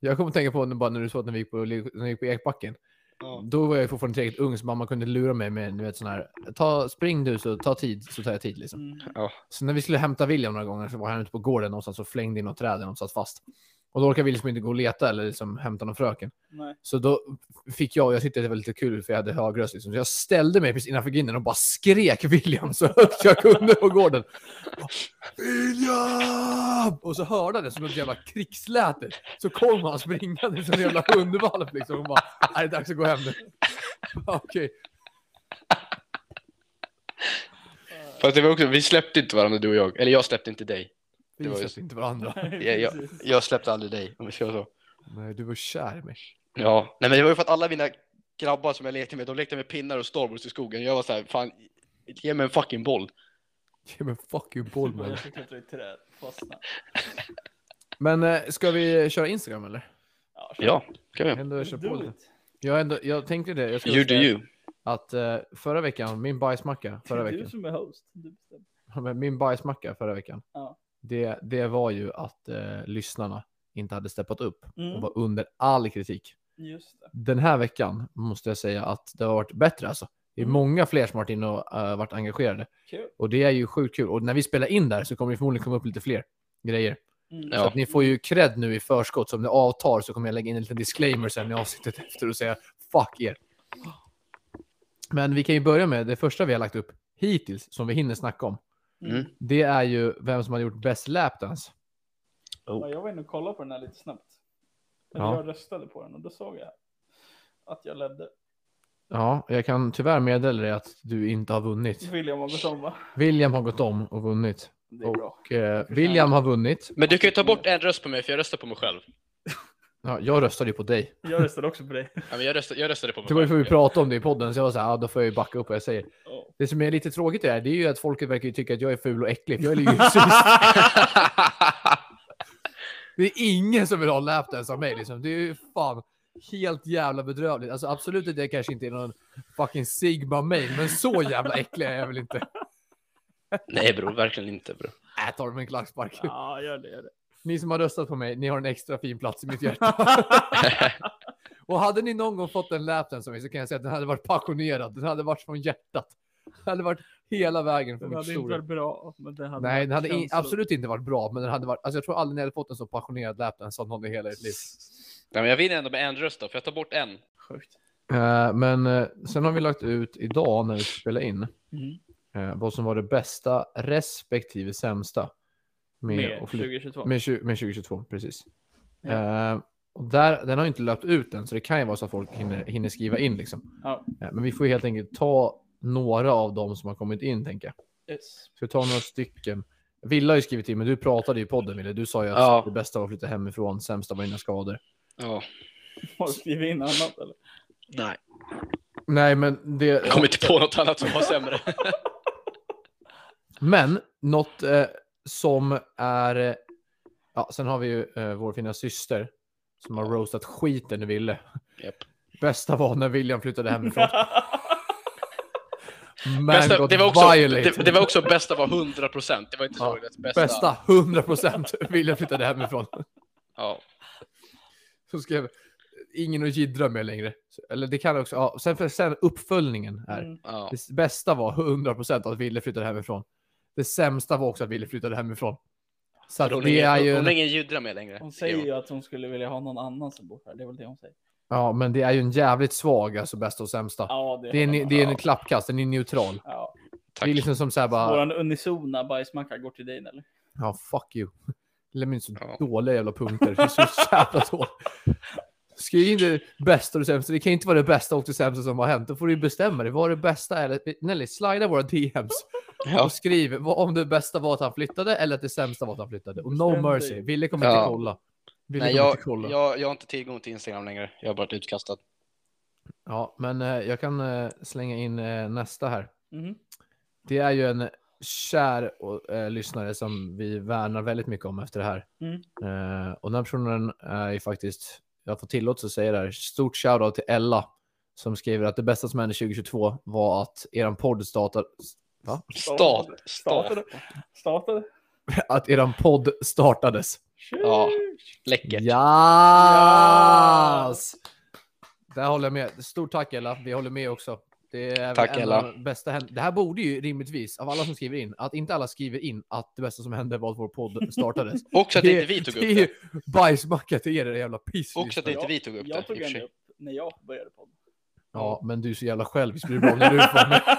S3: Jag kommer att tänka på när, bara när du sa att när vi gick på, när vi gick på Ekbacken,
S1: Ja.
S3: då var jag fortfarande tillräckligt ung så mamma kunde lura mig med, ni vet sån här, ta, spring du så ta tid, så tar jag tid liksom.
S2: Mm.
S3: Så när vi skulle hämta William några gånger så var han ute på gården någonstans och flängde in något träd och de satt fast. Och då orkar Wilson inte gå och leta eller liksom hämta någon fröken.
S2: Nej.
S3: Så då fick jag, och jag tyckte det var lite kul för jag hade hög röst, liksom. så jag ställde mig precis innanför grinden och bara skrek William så högt jag kunde på gården. William! Och så hörde han det som ett jävla krigsläte. Så kom han springande som en jävla hundvalp liksom. Och bara, "Nej, det är dags att gå hem nu. Okej.
S1: Fast det var också, vi släppte inte varandra du och jag. Eller jag släppte inte dig.
S3: Vi
S1: Det var ju-
S3: släppte inte varandra.
S1: Jag, jag,
S2: Precis.
S1: jag släppte aldrig dig om vi säger så.
S3: Nej, du var kär i mig.
S1: Ja, nej men det var ju för att alla mina grabbar som jag lekte med, de lekte med pinnar och stormbows i skogen. Jag var så här, fan, ge mig en fucking boll.
S3: Ge mig fuck you boll man.
S2: Jag ska klättra i träd, fastna.
S3: Men eh, ska vi köra Instagram eller?
S2: Ja, kör.
S1: Ja, kan vi.
S3: Ändå kör på
S2: Do
S3: lite.
S2: it.
S3: Jag, ändå, jag tänkte det. Jag skulle
S1: You do
S3: säga
S1: you.
S3: Att eh, förra veckan, min bajsmacka
S2: Det
S3: förra
S2: är du
S3: veckan.
S2: som är host. Du bestämmer.
S3: Ja, men Min bajsmacka förra veckan.
S2: Ja.
S3: Det, det var ju att eh, lyssnarna inte hade steppat upp och
S2: Mm,
S3: var under all kritik.
S2: just det.
S3: Den här veckan måste jag säga att det har varit bättre alltså. Det är
S2: Mm.
S3: många fler som har varit inne och eh, varit engagerade.
S2: Kul.
S3: Och det är ju sjukt kul. Och när vi spelar in där så kommer det förmodligen komma upp lite fler grejer.
S2: Mm.
S1: Ja.
S3: Så att ni får ju cred nu i förskott. Så om det avtar så kommer jag lägga in en liten disclaimer sen i avsnittet efter och säga fuck er. Men vi kan ju börja med det första vi har lagt upp hittills som vi hinner snacka om.
S1: Mm.
S3: Det är ju vem som har gjort bäst lapdance.
S2: Ja, jag var inne och kollade på den här lite snabbt. Eller
S3: Ja.
S2: jag röstade på den och då såg jag att jag ledde.
S3: Ja, jag kan tyvärr meddela dig att du inte har vunnit.
S2: William och Gosson va?
S3: William har gått om och vunnit.
S2: Det är bra.
S3: Och, eh, William har vunnit.
S1: Men du kan ju ta bort en röst på mig, för jag röstar på mig själv.
S3: Ja, jag röstade ju på dig.
S2: Jag röstade också på dig.
S1: Ja, men jag, röstade, jag röstade på mig
S3: Det var ju för
S1: själv.
S3: vi pratade om det i podden, så jag var så här, ja, då får jag ju backa upp vad jag säger.
S2: Ja.
S3: Det som är lite tråkigt är, det är ju att folket verkar ju tycka att jag är ful och äcklig. för Jag ligger ju sist. Det är ingen som vill ha lapdance av mig liksom. Det är ju fan helt jävla bedrövligt. Alltså absolut att jag kanske inte är någon fucking sigma mail men så jävla äcklig är jag väl inte.
S1: Nej bror, verkligen inte bror.
S3: Äh, tar dem en klackspark.
S2: ja, gör det, gör det.
S3: Ni som har röstat på mig, ni har en extra fin plats i mitt hjärta. och hade ni någon gång fått en lapdance av mig så kan jag säga att den hade varit passionerad. Den hade varit från hjärtat. Den hade varit hela vägen från
S2: Den
S3: mitt
S2: hade inte
S3: stora.
S2: varit bra. Men den hade
S3: Nej,
S2: varit
S3: den hade in,
S2: känslor.
S3: absolut inte varit bra, men den hade varit, alltså jag tror aldrig ni hade fått en så passionerad lapdance som någon i hela ert liv.
S1: Nej, men jag vinner ändå med en röst då, för jag tar bort en.
S2: Sjukt.
S3: Eh, men eh, sen har vi lagt ut idag när vi spelar in
S2: Mm.
S3: eh, vad som var det bästa respektive sämsta med,
S2: Med
S3: att flytta.
S2: 2022.
S3: Med, tju- med 2022, precis.
S2: Ja.
S3: Eh, och där, den har ju inte löpt ut än, så det kan ju vara så att folk hinner, hinner skriva in. Liksom.
S2: Ja.
S3: Eh, men vi får ju helt enkelt ta några av dem som har kommit in, tänker jag.
S2: Yes.
S3: Ska vi ta några stycken? Ville har ju skrivit in, men du pratade ju i podden, Ville. Du sa ju att
S1: Ja.
S3: det bästa var att flytta hemifrån, sämsta var dina skador.
S1: Ja.
S2: Har du skrivit in annat eller?
S1: Nej.
S3: Nej, men det...
S1: Jag kommer inte på något annat som var sämre.
S3: Men något eh, som är... eh, Ja, sen har vi ju eh, vår fina syster som har roastat skiten ur Ville.
S1: Japp.
S3: Bästa var när William flyttade hemifrån. Man
S1: Bästa,
S3: got
S1: det, var också, det,
S3: violated.
S1: det var också bästa var 100 procent. Det var inte så
S3: Ja.
S1: roligt. Bästa.
S3: Bästa, 100 procent. William flyttade hemifrån.
S1: Ja.
S3: Så skrev ingen att jiddra med längre. Så- Eller det kan också... Ja, sen, för, sen uppföljningen här.
S2: Mm.
S1: ja.
S3: Det bästa var 100 procent att Ville flyttade hemifrån. Det sämsta var också att Ville flyttade hemifrån. Så att
S1: Hon
S3: det är
S1: är
S3: ju...
S1: ingen, hon är
S3: En,
S1: ingen judra med längre.
S2: Hon säger ju att hon skulle vilja ha någon annan som bor här. Det är väl det hon säger.
S3: ja, men det är ju en jävligt svag, alltså bästa och sämsta.
S2: Ja, det,
S3: Det är
S2: håller
S3: en,
S2: jag
S3: det är
S2: med
S3: en
S2: om.
S3: klappkast, den är neutral.
S2: Ja.
S1: Tack.
S3: Det är liksom som såhär bara,
S2: Våran unisona bajsmacka går till dig eller?
S3: ja fuck you. Lämna in så
S1: Ja.
S3: dåliga jävla punkter, det är så jävla dåligt. Skriv in det bästa och det sämsta, det kan inte vara det bästa och det sämsta som har hänt. Då får du ju bestämma dig, vad är det bästa? Eller, Nelly, slida våra DMs
S1: Ja.
S3: och skriv vad, om det bästa var att han flyttade eller att det sämsta var att han flyttade. Och no
S2: Bestäm dig.
S3: mercy, Ville kommer
S1: Ja.
S3: inte kolla. Ville
S1: Nej,
S3: kommer
S1: jag,
S3: inte kolla.
S1: jag, jag har inte tillgång till Instagram längre. Jag har varit utkastad.
S3: Ja, men eh, jag kan eh, slänga in eh, nästa här.
S2: Mhm.
S3: Det är ju en kär och, eh, lyssnare som vi värnar väldigt mycket om efter det här.
S2: Mm.
S3: Eh, och den här personen är ju faktiskt, jag får tillåtelse att säga det här, stort shoutout till Ella som skriver att det bästa som hände 2022 var att eran podd startade,
S1: Stat. Stat.
S2: Startade. Startade.
S3: att eran podd startades.
S1: Ja.
S2: Tjus!
S1: Läckert.
S3: Yes! Där håller jag med. Stort tack Ella, vi håller med också. Det är
S1: Tack,
S3: väl en
S1: Ella.
S3: av de bästa händ- Det här borde ju rimligtvis, av alla som skriver in, att inte alla skriver in att det bästa som hände var att vår podd startades.
S1: Också att
S3: Det-
S1: inte vi tog upp
S3: det är ju
S1: det.
S3: bajsmacka till er, era jävla piss.
S1: Också att
S2: det-
S1: inte vi tog upp det.
S2: Jag tog
S1: i och för
S2: ändå
S1: sig.
S2: upp när jag började podden.
S3: Ja, men du är så jävla självisk. Blir det bra när du får med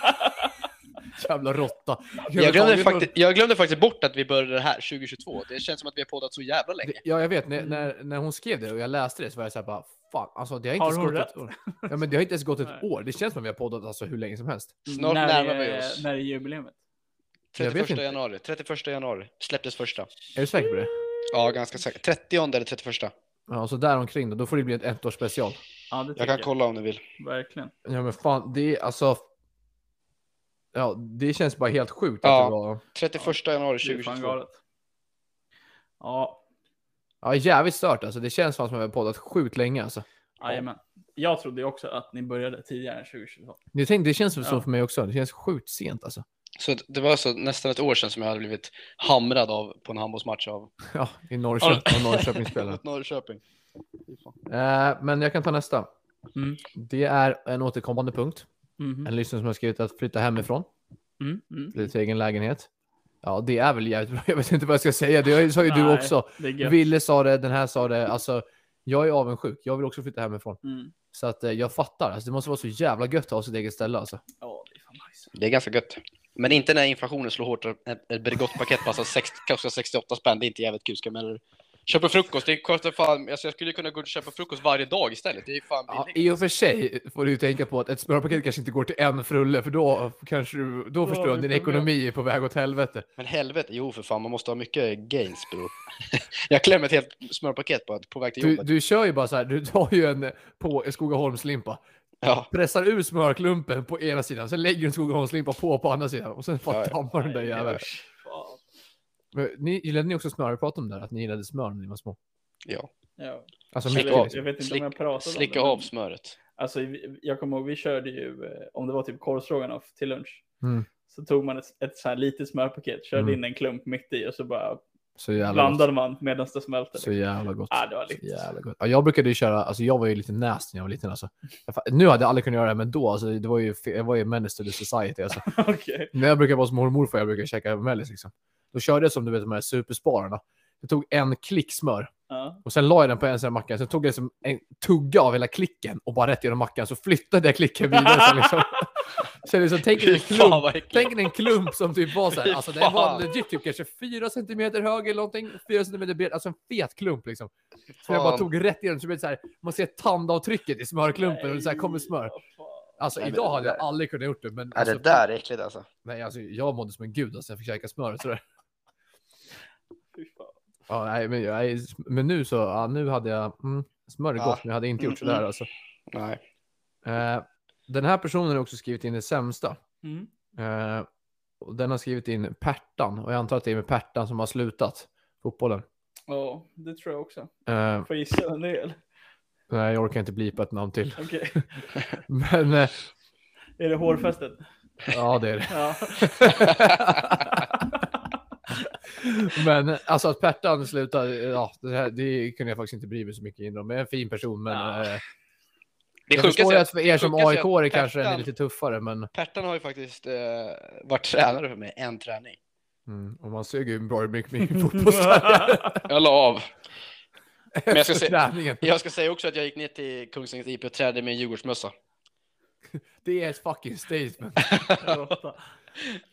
S3: jävla råtta.
S1: Jag glömde, fakti- jag glömde faktiskt bort att vi började det här 2022. Det känns som att vi har poddat så jävla länge.
S3: Ja, jag vet. När, när, när hon skrev det och jag läste det så var jag så här bara, fan, alltså det har inte
S2: Har
S3: ens
S2: hon
S3: gått ett år. Ja, men det har inte ens gått ett
S2: Nej.
S3: år. Det känns som att vi har poddat alltså hur länge som helst.
S1: Snart
S2: när,
S1: närmar
S2: det-
S1: vi oss.
S2: När det är jubileumet.
S3: Jag vet
S1: 31
S3: inte.
S1: januari. 31 januari släpptes första.
S3: Är du säker på det?
S1: Ja, ganska säkert. 30 eller 31.
S3: Ja, så där omkring då. Då får det bli ett ettårsspecial.
S2: Ja, det tycker
S1: Jag kan kolla om ni vill.
S2: Verkligen.
S3: Ja, men fan, det är alltså. Ja, det känns bara helt sjukt att
S1: Ja.
S3: det var.
S1: 31 januari
S2: Det är fan
S1: 2022.
S2: galet. Ja,
S3: Ja, jävligt stört alltså. Det känns fan som att vi har poddat sjukt länge alltså.
S2: jajamän. Jag trodde ju också att ni började tidigare än 2022.
S3: Det, tänk, det känns så
S2: Ja.
S3: för mig också. Det känns sjukt sent alltså.
S1: Så att det var alltså nästan ett år sedan som jag hade blivit hamrad av på en handbollsmatch av
S3: Ja, i Norrköping. Och Norrköping spelar.
S1: mot Norrköping.
S3: Eh, men jag kan ta nästa.
S2: Mm.
S3: Det är en återkommande punkt.
S2: Mhm.
S3: En lyssnare som har skrivit att flytta hemifrån
S2: Mm. Mm.
S3: till sin egen lägenhet. Ja, det är väl jävligt bra. Jag vet inte vad jag ska säga. Det har ju- sa ju du
S2: Nej,
S3: också.
S2: Det är gött.
S3: Ville sa det, den här sa det. Alltså, jag är avundsjuk. Jag vill också flytta hemifrån.
S2: Mm.
S3: Så att eh, jag fattar. Alltså, det måste vara så jävla gött att ha sitt eget ställe alltså.
S2: Ja, det är fan nice.
S1: Det är ganska gött. Men inte när inflationen slår hårt och ett ett Bregottpaket passar 60, kostar 68 spänn. Det är inte jävligt kul. Ska man köpa frukost? Det kostar fan... Alltså jag skulle kunna gå och köpa frukost varje dag istället. Det är fan
S3: Ja,
S1: billigt.
S3: I och för sig får du ju tänka på att ett smörpaket kanske inte går till en frulle, för då kanske du, då förstår du
S2: har
S3: att
S2: vi
S3: din
S2: problem.
S3: ekonomi är på väg åt helvete.
S1: Men helvete. Jo, för fan. Man måste ha mycket gains, bror. jag klämmer ett helt smörpaket på, på väg till
S3: Du,
S1: jobbet.
S3: du kör ju bara så här, du tar ju en eh, på Skogaholmslimpa,
S1: Ja.
S3: pressar ur smörklumpen på ena sidan, sen lägger du en Skogaholmslimpa på på andra sidan och sen bara
S1: Ja, ja.
S3: dammar den där
S2: Nej,
S3: jäveln.
S2: usch, fan.
S3: Men Ni, gillade ni också smör? Vi pratade om det här, att ni gillade smör när ni var små.
S1: ja.
S2: Ja.
S3: Alltså
S1: Slicka
S3: mycket.
S1: av.
S2: Jag, vet, jag
S3: Liksom.
S2: vet inte
S1: Slick-
S2: om jag pratade om det.
S1: Slicka
S2: men-
S1: av smöret.
S2: Alltså, vi- jag kommer ihåg, vi körde ju, eh, om det var typ korvstroganoff till lunch,
S3: Mm.
S2: så tog man ett, ett så här litet smörpaket, körde
S3: Mm.
S2: in en klump mitt i och så bara
S3: Så jävla gott.
S2: blandade man medan det smälte.
S3: Så jävla gott.
S2: Ja, det var
S3: Så
S2: lyxigt.
S3: jävla gott. Ja, jag brukade ju köra, alltså jag var ju lite näst när jag var liten alltså. Jag fa- Nu hade jag aldrig kunnat göra det, men då, alltså, det var ju, fe- jag var ju menace to the society alltså.
S2: Okej.
S3: När jag brukar vara som mormor för jag brukar käka mellis liksom. Då körde jag som du vet de här superspararna. Jag tog en klick smör
S2: Ja.
S3: och sen la jag den på en sån här macka. Sen tog jag liksom en tugga av hela klicken och bara rätt genom mackan. Så flyttade jag klicken vidare. Så liksom, så liksom tänk dig en klump.
S1: vad äckligt.
S3: Tänk dig en klump som typ var så här,
S1: Fy
S3: alltså den var
S1: fan.
S3: legit typ kanske 4 cm hög eller någonting, 4 cm bred, alltså en fet klump liksom. Så jag
S1: Fan.
S3: bara tog rätt igenom, så blev det så här, man ser tandavtrycket i smörklumpen och det så här kommer smör.
S2: Nej, vad fan.
S3: Alltså
S1: Nej, men
S3: idag
S1: det
S3: hade jag
S1: där-
S3: aldrig kunnat gjort det, men
S1: Ja,
S3: alltså,
S1: det där är äckligt alltså.
S3: Nej, alltså, jag mådde som en gud alltså, jag fick käka smör. Så där.
S2: Fy fan.
S3: Ja, nej, men, jag, men nu så, ja, nu hade jag, mm, smör är
S1: Ja.
S3: gott, men jag hade inte gjort
S1: Mm,
S3: sådär
S1: mm.
S3: alltså.
S1: Nej.
S3: Eh, den här personen har också skrivit in det sämsta.
S2: Mm.
S3: Eh, och den har skrivit in Pertan, och jag antar att det är med Pertan som har slutat fotbollen.
S2: Ja, det tror jag också.
S3: Eh,
S2: Får jag gissa en del?
S3: nej, jag orkar inte blipa ett namn till.
S2: Okej.
S3: Men eh,
S2: Är det hårfästet?
S1: Mm.
S3: ja, det är det.
S2: Ja.
S3: Men alltså att Pertan slutade, ja, det, här, det kunde jag faktiskt inte bry mig så mycket inom. Men jag är en fin person, men
S2: Ja.
S3: eh,
S1: Det
S3: jag förstår ju
S1: sjukaste
S3: att för er som
S1: sjukaste är
S3: AIK
S1: att
S3: är kanske den är
S1: Pertan-
S3: lite tuffare, men
S1: Pertan har ju faktiskt eh, varit tränare för mig en träning.
S3: mm, och man sög ju bra mycket mer fotbollskarriär
S1: Jag la av. Men jag ska,
S3: efter
S1: säga,
S3: träningen.
S1: jag ska säga också att jag gick ner till Kungsängens IP och tränade med en Djurgårdsmössa.
S3: Det är ett fucking statement.
S2: Råtta.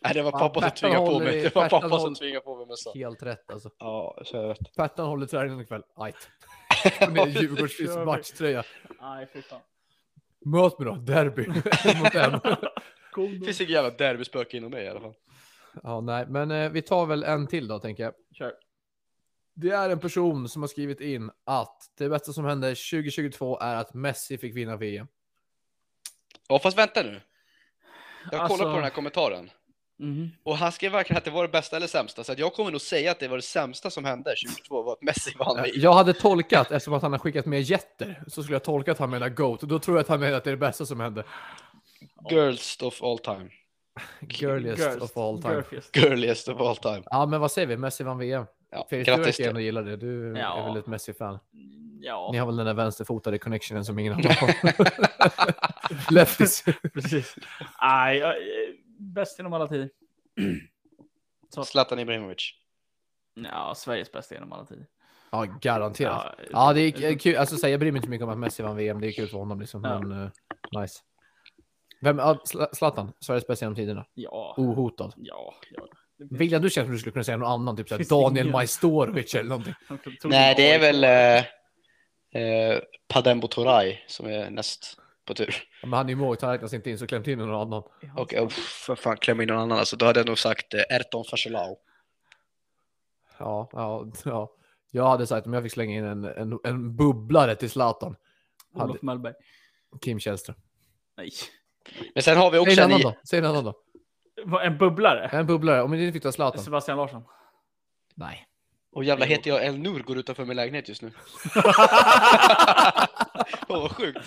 S1: Nej, det var
S3: Fan,
S1: pappa som
S3: Pertan
S1: tvingade på
S3: håller i-
S1: mig. Det var
S3: Pertan
S1: pappa som
S3: håller-
S1: tvingade på mig mössa.
S3: Helt rätt alltså.
S1: Ja, så jag vet.
S3: Pertan håller träningen ikväll. Ajt. Med Djurgårdens matchtröja.
S2: Nej, fy fan.
S3: Möt mig då, derby. Mot en.
S2: Kom
S1: Det
S2: då.
S1: finns inget jävla derbyspöke inom mig i alla fall.
S3: Ja, nej, men eh, vi tar väl en till då, tänker jag.
S2: Kör.
S3: Det är en person som har skrivit in att det bästa som hände 2022 är att Messi fick vinna VM.
S1: Ja, fast vänta nu. Jag
S2: Alltså-
S1: kollar på den här kommentaren.
S2: Mhm.
S1: Och han skrev verkligen att det var det bästa eller sämsta. Så att jag kommer nog säga att det var det sämsta som hände 2022 var att Messi vann.
S3: Eh,
S1: med-
S3: Jag hade tolkat, eftersom att han har skickat med jätter, så skulle jag tolka att han menar GOAT. Och då tror jag att han menar att det är det bästa som hände.
S1: Girls of all time.
S3: Girliest
S2: Girls.
S3: of all time.
S2: Girlfiest.
S1: Girliest of all time.
S3: Ja, men vad säger vi? Messi vann VM.
S1: Ja,
S3: Felix, du
S1: grattis
S3: verkar
S1: till.
S3: ändå gilla det. Du
S2: Ja.
S3: är väl ett Messi-fan?
S2: Mm, Ja,
S3: Ni har väl den där vänsterfotade connectionen som ingen annan har? Leftis.
S2: precis. Nej, jag är bäst genom alla tider. Ja.
S1: Zlatan Ibrahimovic.
S2: Ja, Sveriges bästa genom alla tider.
S3: Ja, garanterat.
S2: Ja,
S3: Ja, det är kul. Alltså, så här, jag bryr mig inte så mycket om att Messi vann VM. Det är kul för honom liksom.
S2: Ja.
S3: Men eh, nice. Vem, ja, Zla- Zlatan, Sveriges bästa genom tiderna.
S2: ja,
S3: Ohotad.
S2: ja, ja.
S3: William, du känns som du skulle kunna säga någon annan, typ såhär
S2: Finns det
S3: Daniel
S2: ingen?
S3: Majstorovic eller någonting.
S2: De tog- tog
S1: Nej,
S2: en
S1: det är
S2: AIK.
S1: väl eh, eh, Padembo Toray som är näst på tur.
S3: Ja, Men han är ju målvakt, han räknas inte in, så kläm till med någon annan.
S1: Och oh, för fan, klämma in någon annan alltså. Då hade jag nog sagt eh, Erton Fasolao.
S3: Ja, ja, ja. Jag hade sagt om jag fick slänga in en, en, en bubblare till Zlatan,
S2: Olof Mellberg.
S3: Kim Källström.
S2: Nej.
S1: Men sen har vi
S3: Säg
S1: också en...
S3: en annan
S1: i-
S3: då, säg en annan då.
S2: Vad, En bubblare?
S3: En bubblare, om ni fick ta Zlatan.
S2: Sebastian Larsson.
S3: Nej.
S1: Och jävla heter jag El Nur går utanför min lägenhet just nu. Åh, vad sjukt.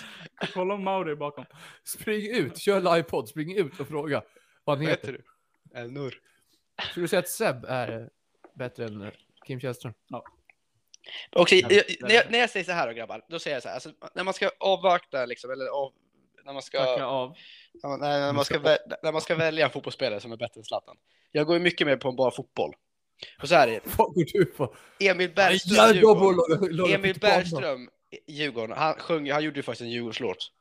S2: Kolla om Mauri är bakom.
S3: Spring ut, kör livepodd, spring ut och fråga vad han
S1: Vad heter
S3: heter.
S1: du? El Nur.
S3: Skulle du säga att Seb är eh, bättre än eh, Kim Källström?
S1: Också,
S2: Nej,
S1: jag,
S2: nej.
S1: när, jag, när jag säger så här då grabbar, då säger jag så här. Alltså, när man ska avvakta liksom, eller av, när man ska...
S2: Tacka av.
S1: Ja, när, när, man ska väl, när man ska välja en fotbollsspelare som är bättre än Zlatan. Jag går ju mycket mer på en bara fotboll. Och så här är
S3: Vad går du på?
S1: det. Emil
S3: Ja,
S1: Bergström,
S3: jag bara
S1: Djurgården.
S3: lagar- lagar
S1: Emil
S3: pyttipanna.
S1: Bergström, Djurgården. Han, sjöng, han gjorde ju faktiskt en Djurgårdslåt.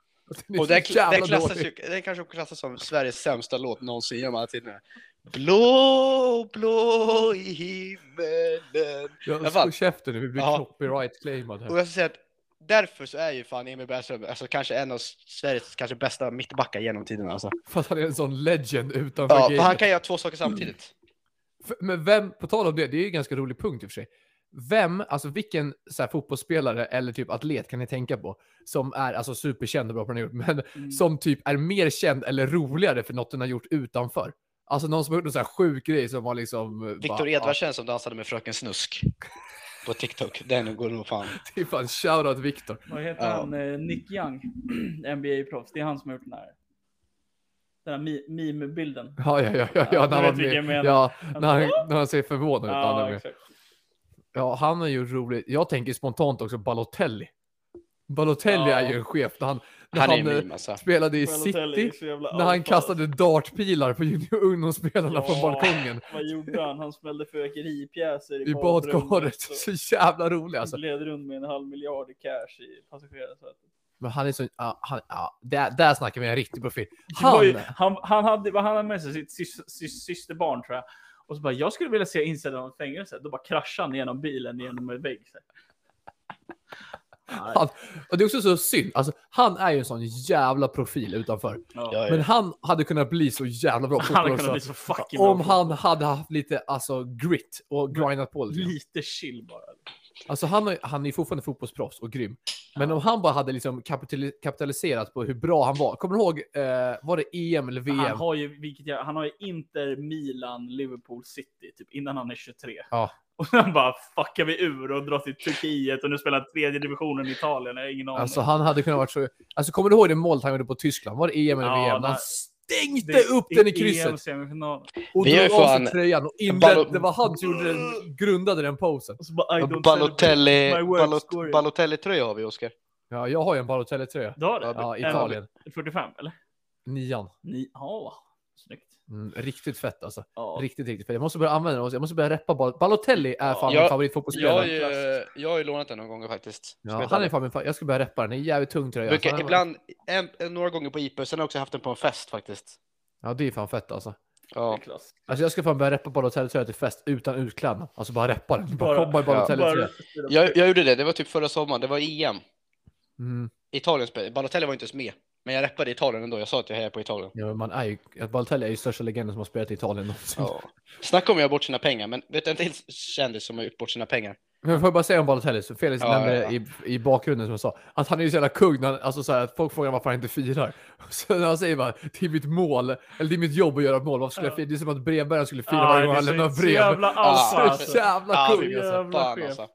S3: Den är
S1: Och
S3: så
S1: den,
S3: jävla
S1: den, klassas
S3: dålig.
S1: ju, den kanske klassas som Sveriges sämsta låt någonsin genom alla tider. Blå, blå i himmelen. alla
S3: Jag
S1: fall.
S3: slår käften nu, vi blir
S1: Ja.
S3: copyright-claimad här.
S1: Och jag ska säga att därför så är ju fan Emil Bergström alltså, kanske en av Sveriges kanske bästa mittbackar genom tiderna. Alltså.
S3: För att han är en sån legend utanför
S1: Ja, för
S3: gamet.
S1: han kan göra två saker samtidigt.
S3: Mm. F- Men vem, på tal om det, det är ju en ganska rolig punkt i och för sig. Vem, alltså vilken så här, fotbollsspelare eller typ atlet kan ni tänka på som är alltså superkänd och bra på det han har gjort, men
S2: Mm.
S3: som typ är mer känd eller roligare för något den har gjort utanför? Alltså någon som har gjort en sån här sjuk grej som var liksom... eh,
S1: Viktor
S3: bara,
S1: Edvardsen som dansade med Fröken Snusk på TikTok. Den går nog fan.
S3: Ja, det är fan shoutout Viktor.
S2: Vad heter
S1: Ja.
S2: han? Eh, Nick Young. NBA-proffs. Det är han som har gjort den här. Den här mi- meme-bilden.
S3: Ja, ja, ja, ja,
S2: Ja,
S3: ja,
S2: du
S3: när,
S2: vet
S3: han
S2: vilken jag
S3: blir,
S2: menar.
S3: ja när, han, när han ser förvånad ut. när han är
S2: Ja,
S3: med.
S2: exakt.
S3: Ja, han har ju roligt. Jag tänker spontant också Balotelli. Balotelli
S2: Ja.
S3: är ju en chef. När han, när
S1: Han
S3: han,
S1: är en
S3: eh,
S1: meme alltså.
S3: spelade i
S2: Balotelli är
S3: City,
S2: så jävla
S3: när han
S2: alfa.
S3: kastade dartpilar på junior- ungdomsspelarna
S2: Ja.
S3: från balkongen
S2: Vad gjorde han? Han smällde fyrverkeripjäser i,
S3: i badkaret.
S2: och
S3: Så jävla rolig alltså.
S2: Gled runt med en halv miljard i cash i passagerarsätet.
S3: Men han är så... Ja, han, ja, där, där snackar vi en riktig profil.
S2: Det var
S3: Han,
S2: ju- han, han hade vad han hade med sig sitt sys, sys, systerbarn tror jag. Och så bara, jag skulle vilja se insidan av ett fängelse. Då bara kraschade han genom bilen genom en vägg. så här.
S3: han, och det är också så synd. Alltså, han är ju en sån jävla profil utanför.
S2: Ja.
S1: Ja,
S3: Men han hade kunnat bli så jävla bra på
S2: Han hade
S3: fotboll
S2: kunnat bli
S3: också.
S2: så fucking bra.
S3: Om han hade haft lite alltså, grit och grindat på lite.
S2: Lite chill bara.
S3: Alltså han, har- han är ju fortfarande fotbollsproffs och grym. Men om han bara hade liksom kapitali- kapitaliserat på hur bra han var. Kommer du ihåg, eh, var det EM eller VM?
S2: Han har ju, vilket jag, han har ju Inter, Milan, Liverpool, City, typ innan han är 23.
S3: Ja.
S2: Och sen bara fuckar vi ur och drar till Turkiet och nu spelar han tredje divisionen i Italien. Jag har ingen aning.
S3: Alltså han hade kunnat varit så... Alltså kommer du ihåg det målet han gjorde på Tyskland? Var det EM eller
S2: Ja,
S3: VM?
S2: nej.
S3: Han stängde upp den i krysset
S2: EM-semifinalen.
S3: och
S1: Vi är
S3: drog av
S1: fan-
S3: sig tröjan och
S1: Ballo-
S3: inledde. Det var han som gjorde den, grundade den posen.
S2: Och så bara, I don't
S1: Balotelli,
S2: celebrate my work,
S1: Balot,
S2: score it.
S1: Balotelli-tröja har vi, Oskar.
S3: Ja, jag har ju en Balotelli-tröja.
S2: Du har det?
S3: Ja, Italien.
S2: En 45 eller?
S3: Nian.
S2: Ni, ja, snyggt.
S3: Mm, riktigt fett alltså.
S2: Ja.
S3: Riktigt, riktigt fett. Jag måste börja använda den. Jag måste börja reppa Bal- Balotelli är fan
S1: Ja,
S3: min
S1: Jag
S3: favoritfotbollsspelare.
S1: har, ju, jag har ju lånat den någon gång faktiskt.
S3: Ja,
S1: Spelat
S3: han är
S1: aldrig.
S3: fan min fa- Jag ska börja reppa den. Den är jävligt tung tröja. Alltså,
S1: Brukar
S3: Fan,
S1: ibland, en, en, några gånger på IP, sen har jag också haft den på en fest faktiskt.
S3: Ja, det är fan fett alltså.
S2: Det är
S1: Ja.
S2: klass.
S3: Alltså jag ska fan börja reppa Balotelli-tröja till fest utan utklädnad. Alltså bara reppa den. Bara,
S2: Bara-
S3: komma i Balotelli-tröja.
S1: Jag, jag gjorde det, det var typ förra sommaren, det var EM.
S3: Mm.
S1: Italien spelade, Balotelli var inte ens med. Men jag rappade Italien ändå, jag sa att jag hejar på Italien.
S3: Ja, men man är ju, Balotelli är ju största legenden som har spelat i Italien någonsin.
S1: Ja. Snacka om att göra bort sina pengar, men vet du en till kändis som har gjort bort sina pengar?
S3: Men får jag bara säga om Balotelli, så Felix
S1: Ja,
S3: nämnde
S1: ja, ja.
S3: det I, i bakgrunden som jag sa, att han är ju så jävla kung, när han, alltså så här, att folk frågar varför han inte firar. Och Sen när han säger bara, det är mitt mål, eller det är mitt jobb att göra mål, varför skulle jag fira? Det är som att brevbäraren skulle fira varje gång han lämnar
S2: Så
S3: brev.
S2: jävla alfa
S1: Ja.
S3: Så
S2: alltså.
S3: jävla
S1: Ja,
S3: kung
S1: vi-
S3: alltså.
S2: Jävla
S1: Fan
S2: chef.
S1: alltså.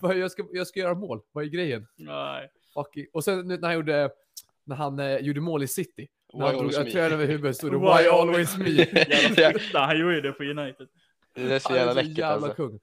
S3: Vad, Jag ska, jag ska göra mål, vad är grejen?
S2: Nej.
S3: Fucking. Och sen nu när han gjorde, när han eh, gjorde mål i City. När
S1: Why
S3: han drog
S1: always me?
S3: tröjan över huvudet stod det
S2: Why
S3: Why always me.
S2: Jävla fitta, han gjorde ju det på United.
S1: Det är så
S3: Han är
S1: jävla
S3: så
S1: läckert
S3: jävla
S1: alltså.
S3: kung.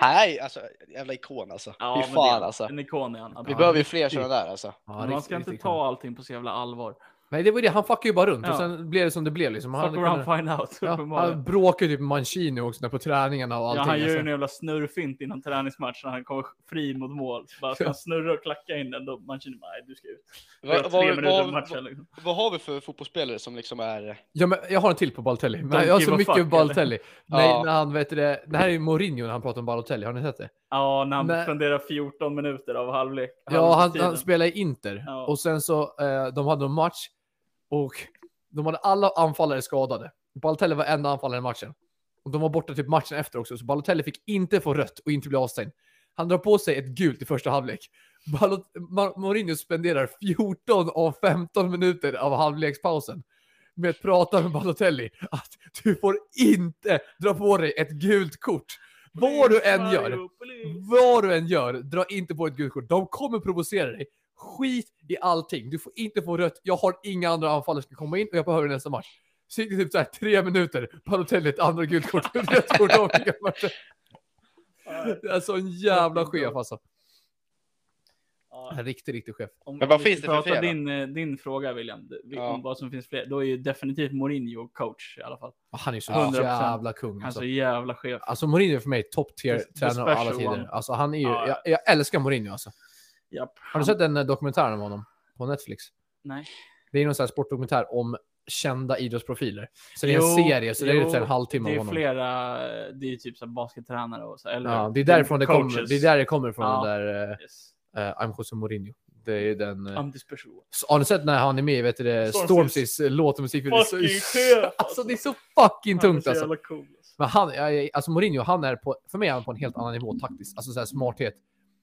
S1: Nej, alltså jävla ikon alltså.
S2: Ja,
S1: Fy
S2: men
S1: fan
S2: det-
S1: alltså.
S2: En ikon är han.
S1: Vi
S2: absolut.
S1: behöver ju fler sådana där alltså.
S3: Ja,
S2: Men man
S3: riktigt,
S2: ska inte
S3: riktigt
S2: ta allting på så jävla allvar.
S3: kung. Nej, det var ju det. Han fuckade ju bara runt
S2: Ja.
S3: och sen blev det som det blev liksom.
S2: Fuck around, find out.
S3: ja,
S2: uppenbarligen.
S3: han bråkade ju typ med Mancini också när på träningarna och
S2: Ja,
S3: allting.
S2: han gör ju en
S3: alltså.
S2: jävla snurrfint innan träningsmatchen. Han kommer fri mot mål. Så bara ska han snurra och klacka in den, då man känner bara, nej du ska ut.
S1: Vad,
S2: tre
S1: vad,
S2: minuter av
S1: vad,
S2: matchen
S1: vad,
S2: liksom.
S1: vad har vi för fotbollsspelare som liksom är...
S3: ja, men jag har en till på Balotelli. Men
S2: Don't
S3: jag har
S2: give
S3: så
S2: a fuck,
S3: mycket
S2: eller?
S3: Balotelli. Nej,
S1: Ja.
S3: när han vet du det. Det här är ju Mourinho när han pratar om Balotelli. Har ni sett det?
S2: Ja, när han
S3: Nej.
S2: spenderar 14 minuter av halvlek.
S3: Ja, han,
S2: halvtiden.
S3: han spelar i Inter.
S2: Ja.
S3: Och sen så, eh, de hade en match och de hade alla anfallare skadade. Balotelli var enda anfallare i matchen. Och de var borta typ matchen efter också, så Balotelli fick inte få rött och inte bli avstängd. Han drar på sig ett gult i första halvlek. Balot Ma- Mourinho spenderar 14 av 15 minuter av halvlekspausen med att prata med Balotelli att du får inte dra på dig ett gult kort. Vad du än gör. Vad du än gör, dra inte på ett gult kort. De kommer provocera dig. Skit i allting. Du får inte få rött. Jag har inga andra anfallare som kan komma in och jag behöver nästa match. Så gick det typ så här tre minuter. Palotelli ett andra gult kort. Jag tror de fick en match. Det är så en jävla chef alltså.
S2: Ja,
S3: En riktig, riktig chef.
S2: om
S1: Men vad
S2: vi
S1: finns
S2: ska
S1: det för
S2: prata
S1: fel då?
S2: Din, eh, din fråga William, det- vi-
S1: Ja.
S2: om vad som finns fler. Då är ju definitivt Mourinho coach i alla fall.
S3: Ah, Han är så
S2: 100%.
S3: jävla kung
S2: Han är
S3: alltså.
S2: så jävla chef.
S3: Alltså Mourinho är för mig top tier
S2: The- the
S3: tränare av alla
S2: special
S3: tider.
S2: one.
S3: Alltså han är ju,
S2: Ja.
S3: jag, jag älskar Mourinho alltså.
S2: Japp.
S3: Har du sett den eh, dokumentären om honom? På Netflix?
S2: Nej.
S3: Det är någon sån här sportdokumentär om kända idrottsprofiler. Så det är en
S2: Jo,
S3: serie, så det är
S2: jo,
S3: typ så här en halvtimme
S2: Det
S3: av
S2: är
S3: honom.
S2: flera, det är ju typ så här baskettränare och så. Eller
S3: Ja, det är därifrån det kommer.
S2: coaches.
S3: Det är där det kommer från
S2: Ja.
S3: den där eh,
S2: Yes.
S3: eh, I'm Jose Mourinho. Det är den. eh,
S2: I'm the special one.
S3: s- har ni sett när han är med i vet du det,
S2: Stormzy's.
S3: Stormzys eh, låt och musik?
S2: Fucking chef,
S3: Alltså
S2: alltså.
S3: det är så fucking tungt
S2: Han är så
S3: alltså.
S2: jävla cool. alltså.
S3: Men han, jag- jag- alltså Mourinho, han är på, för mig är han på en helt annan nivå taktiskt. Alltså så här smarthet.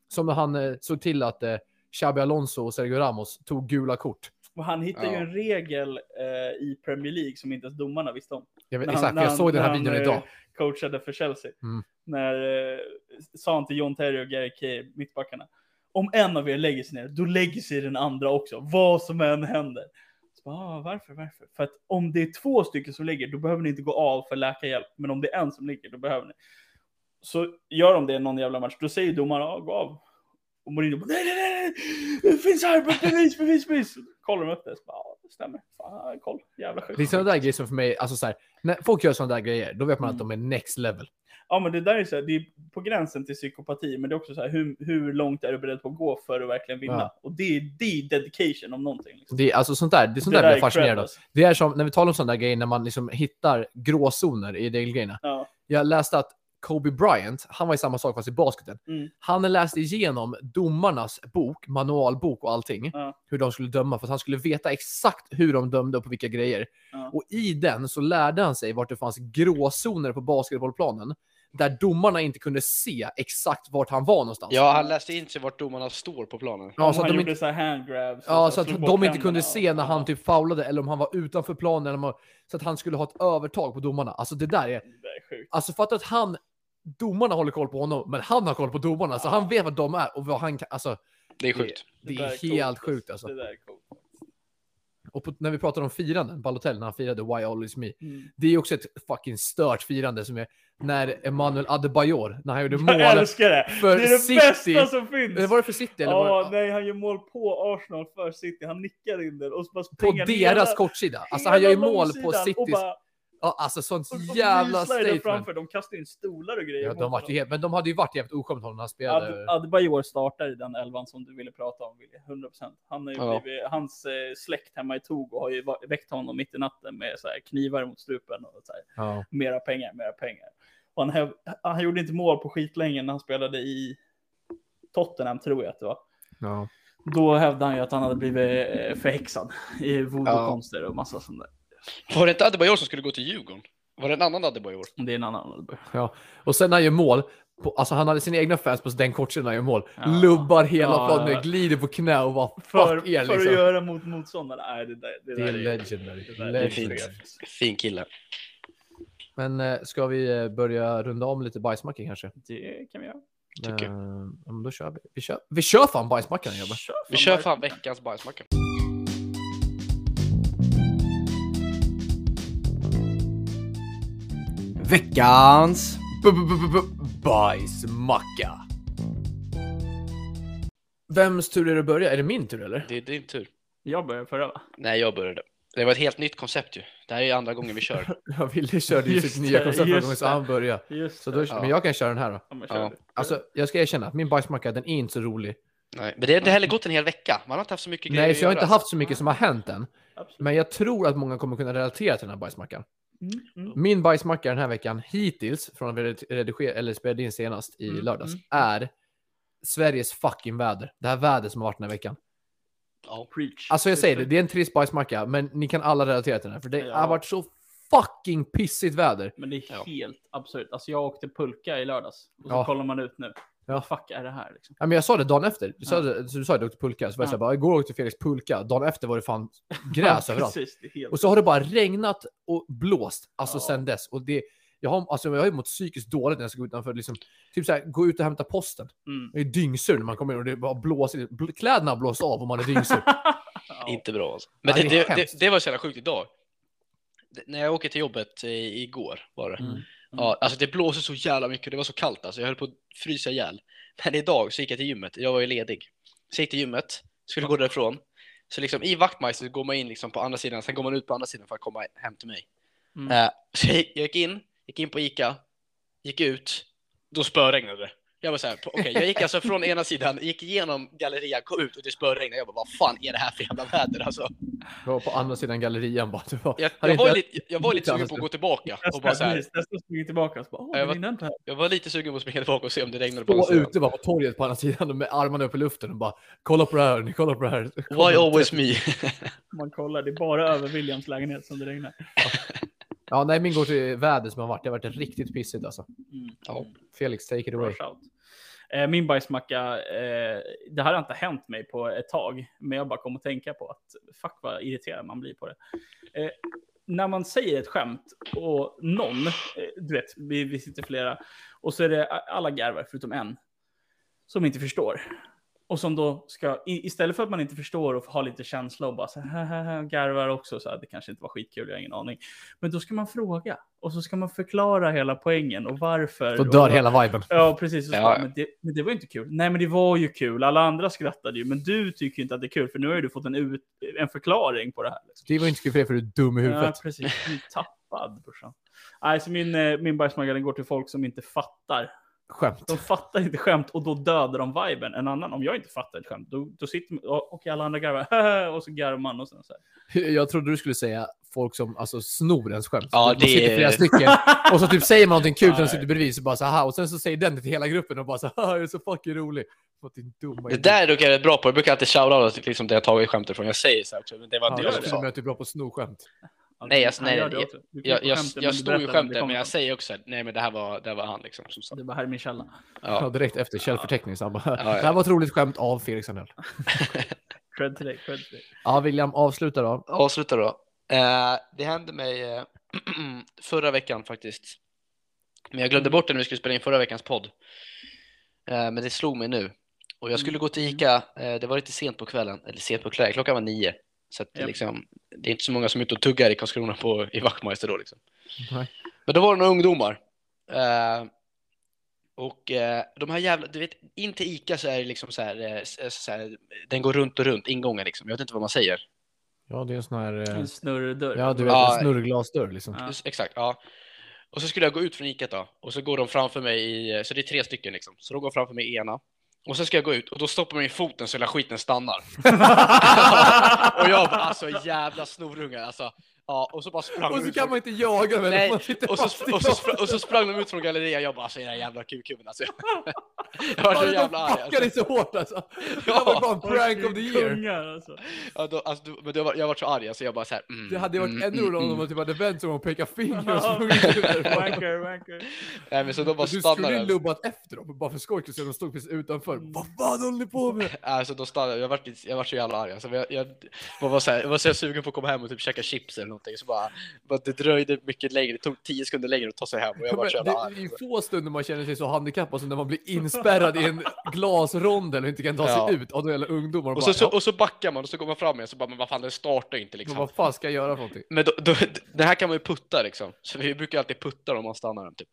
S3: Som när han eh, såg till att eh, Xabi Alonso och Sergio Ramos tog gula kort.
S2: Och han hittade ju
S1: Ja.
S2: en regel eh, i Premier League som inte ens domarna visste om.
S3: Jag vet,
S2: När han-
S3: exakt,
S2: när
S3: jag
S2: han-
S3: såg den här
S2: när han,
S3: videon
S2: eh,
S3: idag.
S2: Coachade för Chelsea.
S3: Mm.
S2: När eh, sa han till John Terry och Gary Kay, mittbackarna. Om en av er lägger sig ner, då lägger sig den andra också. Vad som än händer. Så, bara, ah, varför, varför? För att om det är två stycken som ligger, då behöver ni inte gå av för läkarhjälp. Men om det är en som ligger, då behöver ni. Så gör de det någon jävla match, då säger domaren, ah, gå av. Och Mourinho bara, nej, nej, nej, nej, det finns här, bevis, bevis, bevis. Kollar de upp det, så bara, ah, det stämmer. Fan, koll, jävla sjukt.
S3: Det är sådana där grejer som för mig, alltså så här, när folk gör sådana där grejer, då vet man att
S2: Mm.
S3: de är next level.
S2: Ja, men det där är så här, det är på gränsen till psykopati, men det är också så här, hur, hur långt är du beredd på att gå för att verkligen vinna?
S3: Ja.
S2: Och det är, det är dedication om någonting. Liksom.
S3: Det är, alltså sånt där, det är sånt där,
S2: där
S3: jag blir
S2: är
S3: fascinerad
S2: cred,
S3: av.
S2: alltså.
S3: Det är som, när vi talar om sådana där grejer, när man liksom hittar gråzoner i regelgrejerna.
S2: Ja.
S3: Jag läste att Kobe Bryant, han var i samma sak fast i basketen.
S2: Mm.
S3: Han läste igenom domarnas bok, manualbok och allting,
S2: Ja.
S3: hur de skulle döma, för att han skulle veta exakt hur de dömde och på vilka grejer.
S2: Ja.
S3: Och i den så lärde han sig vart det fanns gråzoner på basketbollplanen, där domarna inte kunde se exakt vart han var någonstans.
S1: Ja, han läste in sig vart domarna står på planen.
S3: Ja,
S2: Om
S3: så att
S2: han
S3: de
S2: gjorde
S3: inte,
S2: så här handgrabs. och
S3: ja,
S2: så
S3: så att
S2: slog
S3: de
S2: bort
S3: inte kunde
S2: händerna
S3: se
S2: och-
S3: när han typ foulade eller om han var utanför planen. Eller om han, så att han skulle ha ett övertag på domarna. Alltså det där är...
S2: Ja, Det är sjukt.
S3: Alltså fatta att han... Domarna håller koll på honom, men han har koll på domarna. Så han vet vad de är och vad han kan... Alltså,
S1: Det är sjukt.
S3: det
S2: där
S3: är
S2: coolt,
S3: helt sjukt alltså.
S2: Det där är coolt.
S3: Och på, när vi pratar om firanden, Balotelli, när han firade Why Always Me.
S2: Mm.
S3: Det är ju också ett fucking stört firande som är när Emmanuel Adebayor, när han gjorde
S2: Jag
S3: mål
S2: älskar det!
S3: för
S2: det är det
S3: City.
S2: bästa som finns!
S3: Eller var det för City? Eller
S2: Ja,
S3: var det,
S2: nej, han gör mål på Arsenal för City. Han nickar in den och så bara
S3: på
S2: springer
S3: deras kortsida. Alltså han gör ju mål på
S2: långsidan och
S3: Citys...
S2: bara-
S3: Ja, alltså sånt
S2: och- och
S3: jävla
S2: wheelslider
S3: statement.
S2: Framför. De kastar in stolar och grejer.
S3: Ja,
S2: mot
S3: de vart ju
S2: honom.
S3: helt, men de hade ju varit jävligt oskönt honom när han spelade.
S2: Ad, Adebayor startar i den elvan som du ville prata om, Wille. 100%. Han har ju
S1: Ja.
S2: blivit, hans eh, släkt hemma i Togo har ju va- väckt honom mitt i natten med så här, knivar mot strupen och så här,
S3: ja.
S2: mera pengar, mera pengar. Och han, häv, han gjorde inte mål på skitlänge när han spelade i Tottenham, tror jag att det var.
S3: Ja.
S2: Då hävdade han ju att han hade blivit eh, förhäxad i voodoo-konster och massa sånt där.
S1: Var det inte Adebayor som skulle gå till Djurgården? Var det en annan Adebayor?
S2: Det är en annan Adebayor.
S3: Och sen när han gör mål, på, alltså han hade sina egna fans på den kortsidan när han gör mål.
S2: Ja.
S3: Lubbar hela
S2: Ja,
S3: planen,
S2: ja.
S3: glider på knä och bara fuck
S2: För,
S3: er
S2: för att
S3: liksom.
S2: göra mot motståndarna. Nej, det, där, det,
S3: Det är
S2: där är-
S3: legendary.
S2: det där är
S3: legendary.
S1: fint. Fin kille.
S3: Men eh, ska vi eh, börja runda om lite bajsmackor kanske?
S2: Det kan vi göra.
S1: Tycker jag.
S3: Eh, ja, men då kör vi. Vi kör, vi kör fan bajsmackan grabbar.
S2: Kör
S1: Vi kör
S2: bara.
S1: fan veckans bajsmacka.
S4: Veckans
S3: B- b- b- b- Bajsmacka. Vems tur är det att börja? Är det min tur eller?
S1: Det är din tur.
S2: Jag började förra va?
S1: Nej, jag började. Det var ett helt nytt koncept ju. Det här är andra gången vi kör.
S3: Jag ville köra ju
S2: Just
S3: sitt nya
S2: det,
S3: koncept förra
S2: just
S3: gången så
S2: det.
S3: han började.
S2: Just
S3: Så då,
S1: Ja.
S3: Men jag kan köra den här då.
S2: ja, men
S1: Ja.
S2: kör du.
S3: Alltså, jag ska erkänna att min bajsmacka den är inte så rolig.
S1: Nej, men det har inte heller gått en hel vecka. Man har inte haft så mycket
S3: Nej,
S1: att
S3: så jag har inte
S1: göra.
S3: haft
S2: alltså.
S3: så mycket som har hänt än.
S2: Absolut.
S3: Men jag tror att många kommer kunna relatera till den här bajsmackan.
S2: Mm, mm.
S3: Min bajsmacka den här veckan hittills, från att vi redigerade eller spelade in senast i
S2: Mm,
S3: lördags,
S2: mm.
S3: är Sveriges fucking väder. Det här vädret som har varit den här veckan.
S1: Ja.
S2: Preach.
S3: Alltså jag säger det, det är en trist bajsmacka, men ni kan alla relatera till den här, för det
S2: Ja.
S3: har varit så fucking pissigt väder.
S2: Men det är
S1: Ja.
S2: helt absurt. Alltså jag åkte pulka i lördags och så
S3: Ja.
S2: kollar man ut nu.
S3: Ja.
S2: Vad fuck är det här? Liksom?
S3: Ja, men jag sa det dagen efter, du sa, det, så du sa att du åkte pulka, så var jag
S2: Ja.
S3: så här, bara, igår åkte Felix pulka, dagen efter var det fan gräs
S2: Ja,
S3: överallt.
S2: Precis, det är helt...
S3: Och så har det bara regnat och blåst alltså
S2: Ja.
S3: sen dess. Och det, jag, har, alltså, jag har ju mått psykiskt dåligt när jag ska gå utanför. Liksom, typ så här, gå ut och hämta posten.
S2: Mm.
S3: Jag är dyngsur när man kommer in och det bara blåsigt. Bl- Kläderna har blåst av och man är dyngsur.
S2: ja.
S1: Inte bra alltså. Men
S3: Ja,
S1: det,
S3: det är
S1: det,
S3: hemskt.
S1: det, det var så jävla sjukt idag. Det, när jag åker till jobbet eh, igår var det.
S3: Mm. Mm.
S1: Ja, alltså det blåser så jävla mycket. Det var så kallt alltså. Jag höll på att frysa ihjäl. Men idag så gick jag till gymmet. Jag var ju ledig. Så jag gick till gymmet. Skulle gå därifrån. Så liksom i vaktmeister går man in liksom på andra sidan. Sen går man ut på andra sidan för att komma hem till mig.
S2: Mm.
S1: Eh, så jag, gick- jag gick in. Gick in på Ica. Gick ut. Då spöregnade det. Jag var så här, på- okej, jag gick alltså från ena sidan, gick igenom gallerian, kom ut och det spöregnade. Jag bara, vad fan är det här för jävla väder alltså?
S3: Jag var på andra sidan gallerian bara. Det var,
S1: Jag,
S3: hade
S1: jag, var, ju
S3: inte-
S1: lite, jag var ju lite
S3: inte
S1: sugen på att gå tillbaka och bara så här,
S2: Nästa springer tillbaka och så bara, åh,
S1: Ja, jag
S2: det
S1: var-
S2: regnade inte här.
S1: jag var lite sugen på att springa tillbaka och se om det regnade på andra
S2: alltså.
S3: Stå
S1: sidan.
S3: ute bara på torget på andra sidan och med armarna upp i luften och bara kolla på det här, ni kolla på det här.
S1: Why always me?
S2: Man kollar, det är bara över Williams lägenhet som det regnar.
S3: Ja, nej, min går till väder som har varit. Det har varit riktigt pissigt alltså.
S2: Mm.
S1: Ja.
S3: Felix, take it away.
S2: Bra shout. Eh, Min bajsmacka, eh, det här har inte hänt mig på ett tag, men jag bara kom att tänka på att fuck vad irriterad man blir på det. Eh, När man säger ett skämt och någon, eh, du vet, vi, vi sitter flera, och så är det a- alla garvar förutom en som inte förstår. Och som då ska, i- istället för att man inte förstår och har lite känsla och bara så här, "Haha", garvar också, så här, det kanske inte var skitkul, jag har ingen aning. Men då ska man fråga och så ska man förklara hela poängen och varför.
S3: Då
S2: och-
S3: dör hela viben.
S2: Ja, precis. Och så
S1: Ja,
S2: bara,
S1: ja.
S2: Men, det, men det var ju inte kul. Nej, men det var ju kul. Alla andra skrattade ju, men du tycker ju inte att det är kul, för nu har ju du fått en, ut, en förklaring på det här. Liksom.
S3: Det var ju inte kul för dig för du är dum i
S2: Ja,
S3: huvudet.
S2: precis. Du är tappad, brorsan. Nej, så min, eh, min bajsmagga den går till folk som inte fattar.
S3: Skämt.
S2: De fattar inte skämt och då dödar de viben. En annan, om jag inte fattar ett skämt, då, då sitter man och, och alla andra garvar och så garvar man och sen så här.
S3: Jag trodde du skulle säga folk som alltså, snor ens skämt.
S1: Ja,
S3: Man
S1: det
S3: sitter
S1: är-
S3: flera stycken och så typ säger man någonting kul till den som
S2: Nej.
S3: sitter bredvid så bara så här och sen så säger den det till hela gruppen och bara så här, "Du är så fucking rolig. Fått din dumma
S1: Det
S3: idé.
S1: där är jag rätt bra på. Jag brukar alltid shoutouta liksom det jag tagit skämtet från. Jag säger så här också, men det var
S3: Ja,
S1: inte
S3: jag
S1: jag som
S3: trodde
S1: sa.
S3: mer att du är bra på att sno skämt.
S1: Nej, alltså,
S2: Han
S1: nej,
S2: gör det
S1: jag-
S2: också. Du klipper
S1: Jag, jag,
S2: skämten, men
S1: jag
S2: du
S1: står ju
S2: berättar vem det
S1: skämtet,
S2: kommer
S1: men jag
S2: från.
S1: säger också att nej, men det här var, det här var han liksom som sa.
S2: Det var här i min källa.
S3: Ja.
S1: Ja.
S3: direkt efter källförteckning. Så han bara,
S1: ja.
S3: Det här var ett roligt skämt av Felix Sandell.
S2: Cred till dig, cred till dig.
S3: Ja, William, avsluta då.
S1: Avsluta då. Eh, det hände mig eh, förra veckan faktiskt. Men jag glömde bort det när vi skulle spela in förra veckans podd. Eh, men det slog mig nu. Och jag skulle gå till Ica, eh, det var lite sent på kvällen, eller sent på kvällen, klockan var nio. Så att det,
S2: Japp.
S1: liksom, det är inte så många som är ute och tuggar i Karlskrona på, i Wachtmeister då liksom.
S3: Nej.
S1: Men då var det några ungdomar. Eh, och eh, de här jävla, du vet, in till Ica så är det liksom så här, eh, s- så här den går runt och runt, ingången liksom. Jag vet inte vad man säger.
S3: Ja, det är en sån här... eh,
S2: En snurrdörr.
S3: Ja, du vet,
S1: Ja.
S3: en snurrglasdörr liksom.
S2: Ja.
S1: Just- Exakt, ja. Och så skulle jag gå ut från Ica då, och så går de framför mig i, så det är tre stycken liksom, så de går framför mig i ena. Och sen ska jag gå ut och då stoppar min foten så hela skiten stannar. och jag bara, alltså jävla snorungar alltså. Ja, och så bara sprang
S3: Och
S1: de
S3: så
S1: ut
S3: kan
S1: från-
S3: man inte jaga dem.
S1: Nej,
S3: eller? Man sitter
S1: och, så,
S3: fast i
S1: och, så, spra- och så sprang de ut från gallerian, jag bara alltså era jävla kukhuvuden alltså. jag var
S3: Ja,
S1: så
S3: de
S1: jävla arg.
S3: fuckar dig
S1: Alltså.
S3: så hårt alltså. Det här
S1: Ja.
S3: var ju bara en prank of the year.
S2: Kungar, alltså.
S1: Ja, då, alltså, du- men jag var, jag var så arg alltså, jag bara såhär. Mm,
S3: Det hade ju varit
S1: mm,
S3: ännu
S1: mm,
S3: roligare om
S1: mm.
S3: de typ hade vänt sig om och pekat finger och sprungit ut därifrån.
S2: wanker, wanker.
S1: mm. Nej men så de bara
S3: Du skulle
S1: stannade.
S3: ju lubbat efter dem bara för skojs skull, så de stod precis utanför.
S2: Mm.
S3: Vad fan håller ni på med?
S1: Alltså då stannade jag, jag vart, lite- jag vart så jävla arg alltså, jag, jag, jag, var så här, jag var så här sugen på att komma hem och typ käka chips eller någonting så bara, bara det dröjde mycket längre, det tog 10 sekunder längre att ta sig hem och jag ah.
S3: Men
S1: var så
S3: det
S1: jävla arg.
S3: det är ju få stunder man känner sig så handikappad som när man blir inspärrad i en glasrondel och inte kan ta sig
S1: Ja.
S3: ut av de jävla ungdomar. Och,
S1: Och så,
S3: bara,
S1: så, och så backar man och så går man fram igen så bara men vad fan den startar ju inte
S3: ja, men
S1: liksom.
S3: vad fan ska jag göra för någonting?
S1: Men då, då, det här kan man ju putta liksom, så vi brukar alltid putta dem om man stannar dem typ.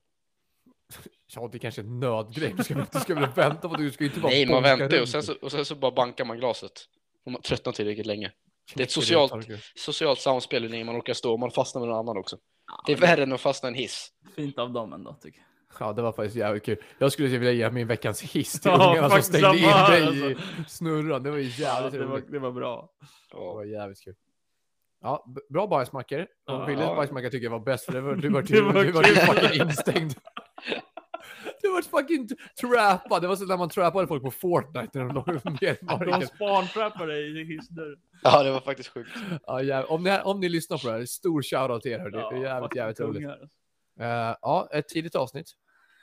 S3: Ja, det är kanske är en nödgrej. Du ska, väl- du ska väl vänta på att du ska ju inte bara
S1: Nej, man
S3: bonka
S1: väntar ju och
S3: runt.
S1: sen, så, och sen så bara bankar man glaset. Om man tröttnar tillräckligt länge. det är ett
S3: Knäcker
S1: socialt-
S3: torkar.
S1: Socialt samspel hur länge man orkar stå. Man fastnar med någon annan också. Det är
S2: Ja,
S1: värre än att fastna i en hiss.
S2: Fint av dem ändå tycker jag.
S3: Ja, det var faktiskt jävligt kul. Jag skulle vilja ge min veckans hiss till
S2: Ja,
S3: ungarna som
S2: faktiskt
S3: stängde in
S2: samma här,
S3: dig i snurran. Det var ju
S2: Ja,
S3: jävligt
S2: det, var,
S3: roligt.
S2: det var bra.
S3: Det
S1: Ja.
S3: var jävligt kul. Ja, b- bra bajsmackor.
S2: Ja.
S3: Och Willes bajsmacka tycker jag var bäst för det var, du var,
S2: Det
S3: du,
S2: var
S3: du var
S2: kul.
S3: fucking instängd. Du var fucking trappad. Det var så när man trappade folk på Fortnite när de låg ner i
S2: De
S3: marken.
S2: spantrappar dig i hissdörren.
S1: ja, det var faktiskt sjukt.
S3: Ja, jävlar. om, ni, om ni lyssnar på det här, stor shoutout till er. hörni. Det är jävligt,
S2: fucking
S3: jävligt roligt.
S2: tungar, alltså.
S3: Eh, ja, ett tidigt avsnitt.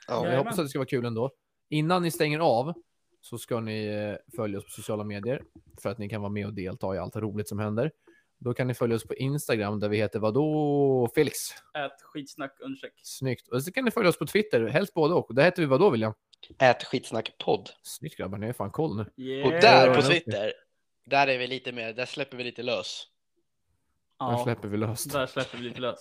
S1: Ja.
S3: Jag
S2: Jajamän.
S3: hoppas att det ska vara kul ändå. Innan ni stänger av så ska ni eh, följa oss på sociala medier för att ni kan vara med och delta i allt roligt som händer. Då kan ni följa oss på Instagram där vi heter vadå Felix?
S2: Ät skitsnack understreck.
S3: Snyggt. Och så kan ni följa oss på Twitter, helst både och. Där heter vi vadå William?
S1: Ät skitsnack podd.
S3: Snyggt grabbar, ni har fan koll nu.
S2: Yeah.
S1: Och där
S3: Ja,
S1: på
S3: det-
S1: Twitter, där är vi lite mer, där släpper vi lite lös.
S3: Nu
S2: ja,
S3: släpper vi löst.
S2: där släpper vi lite lös.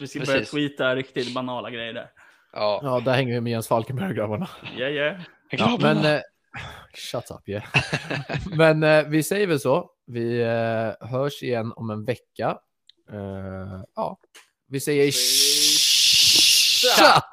S2: Vi ska
S1: Precis.
S2: börja tweeta riktigt banala grejer där.
S1: Ja.
S3: Ja, där hänger vi med Jens Falkenberg och grabbarna.
S2: Yeah, yeah.
S3: Ja, men... Eh, shut up yeah. men eh, vi säger väl så. Vi eh, hörs igen om en vecka. Eh, ja, vi säger tja!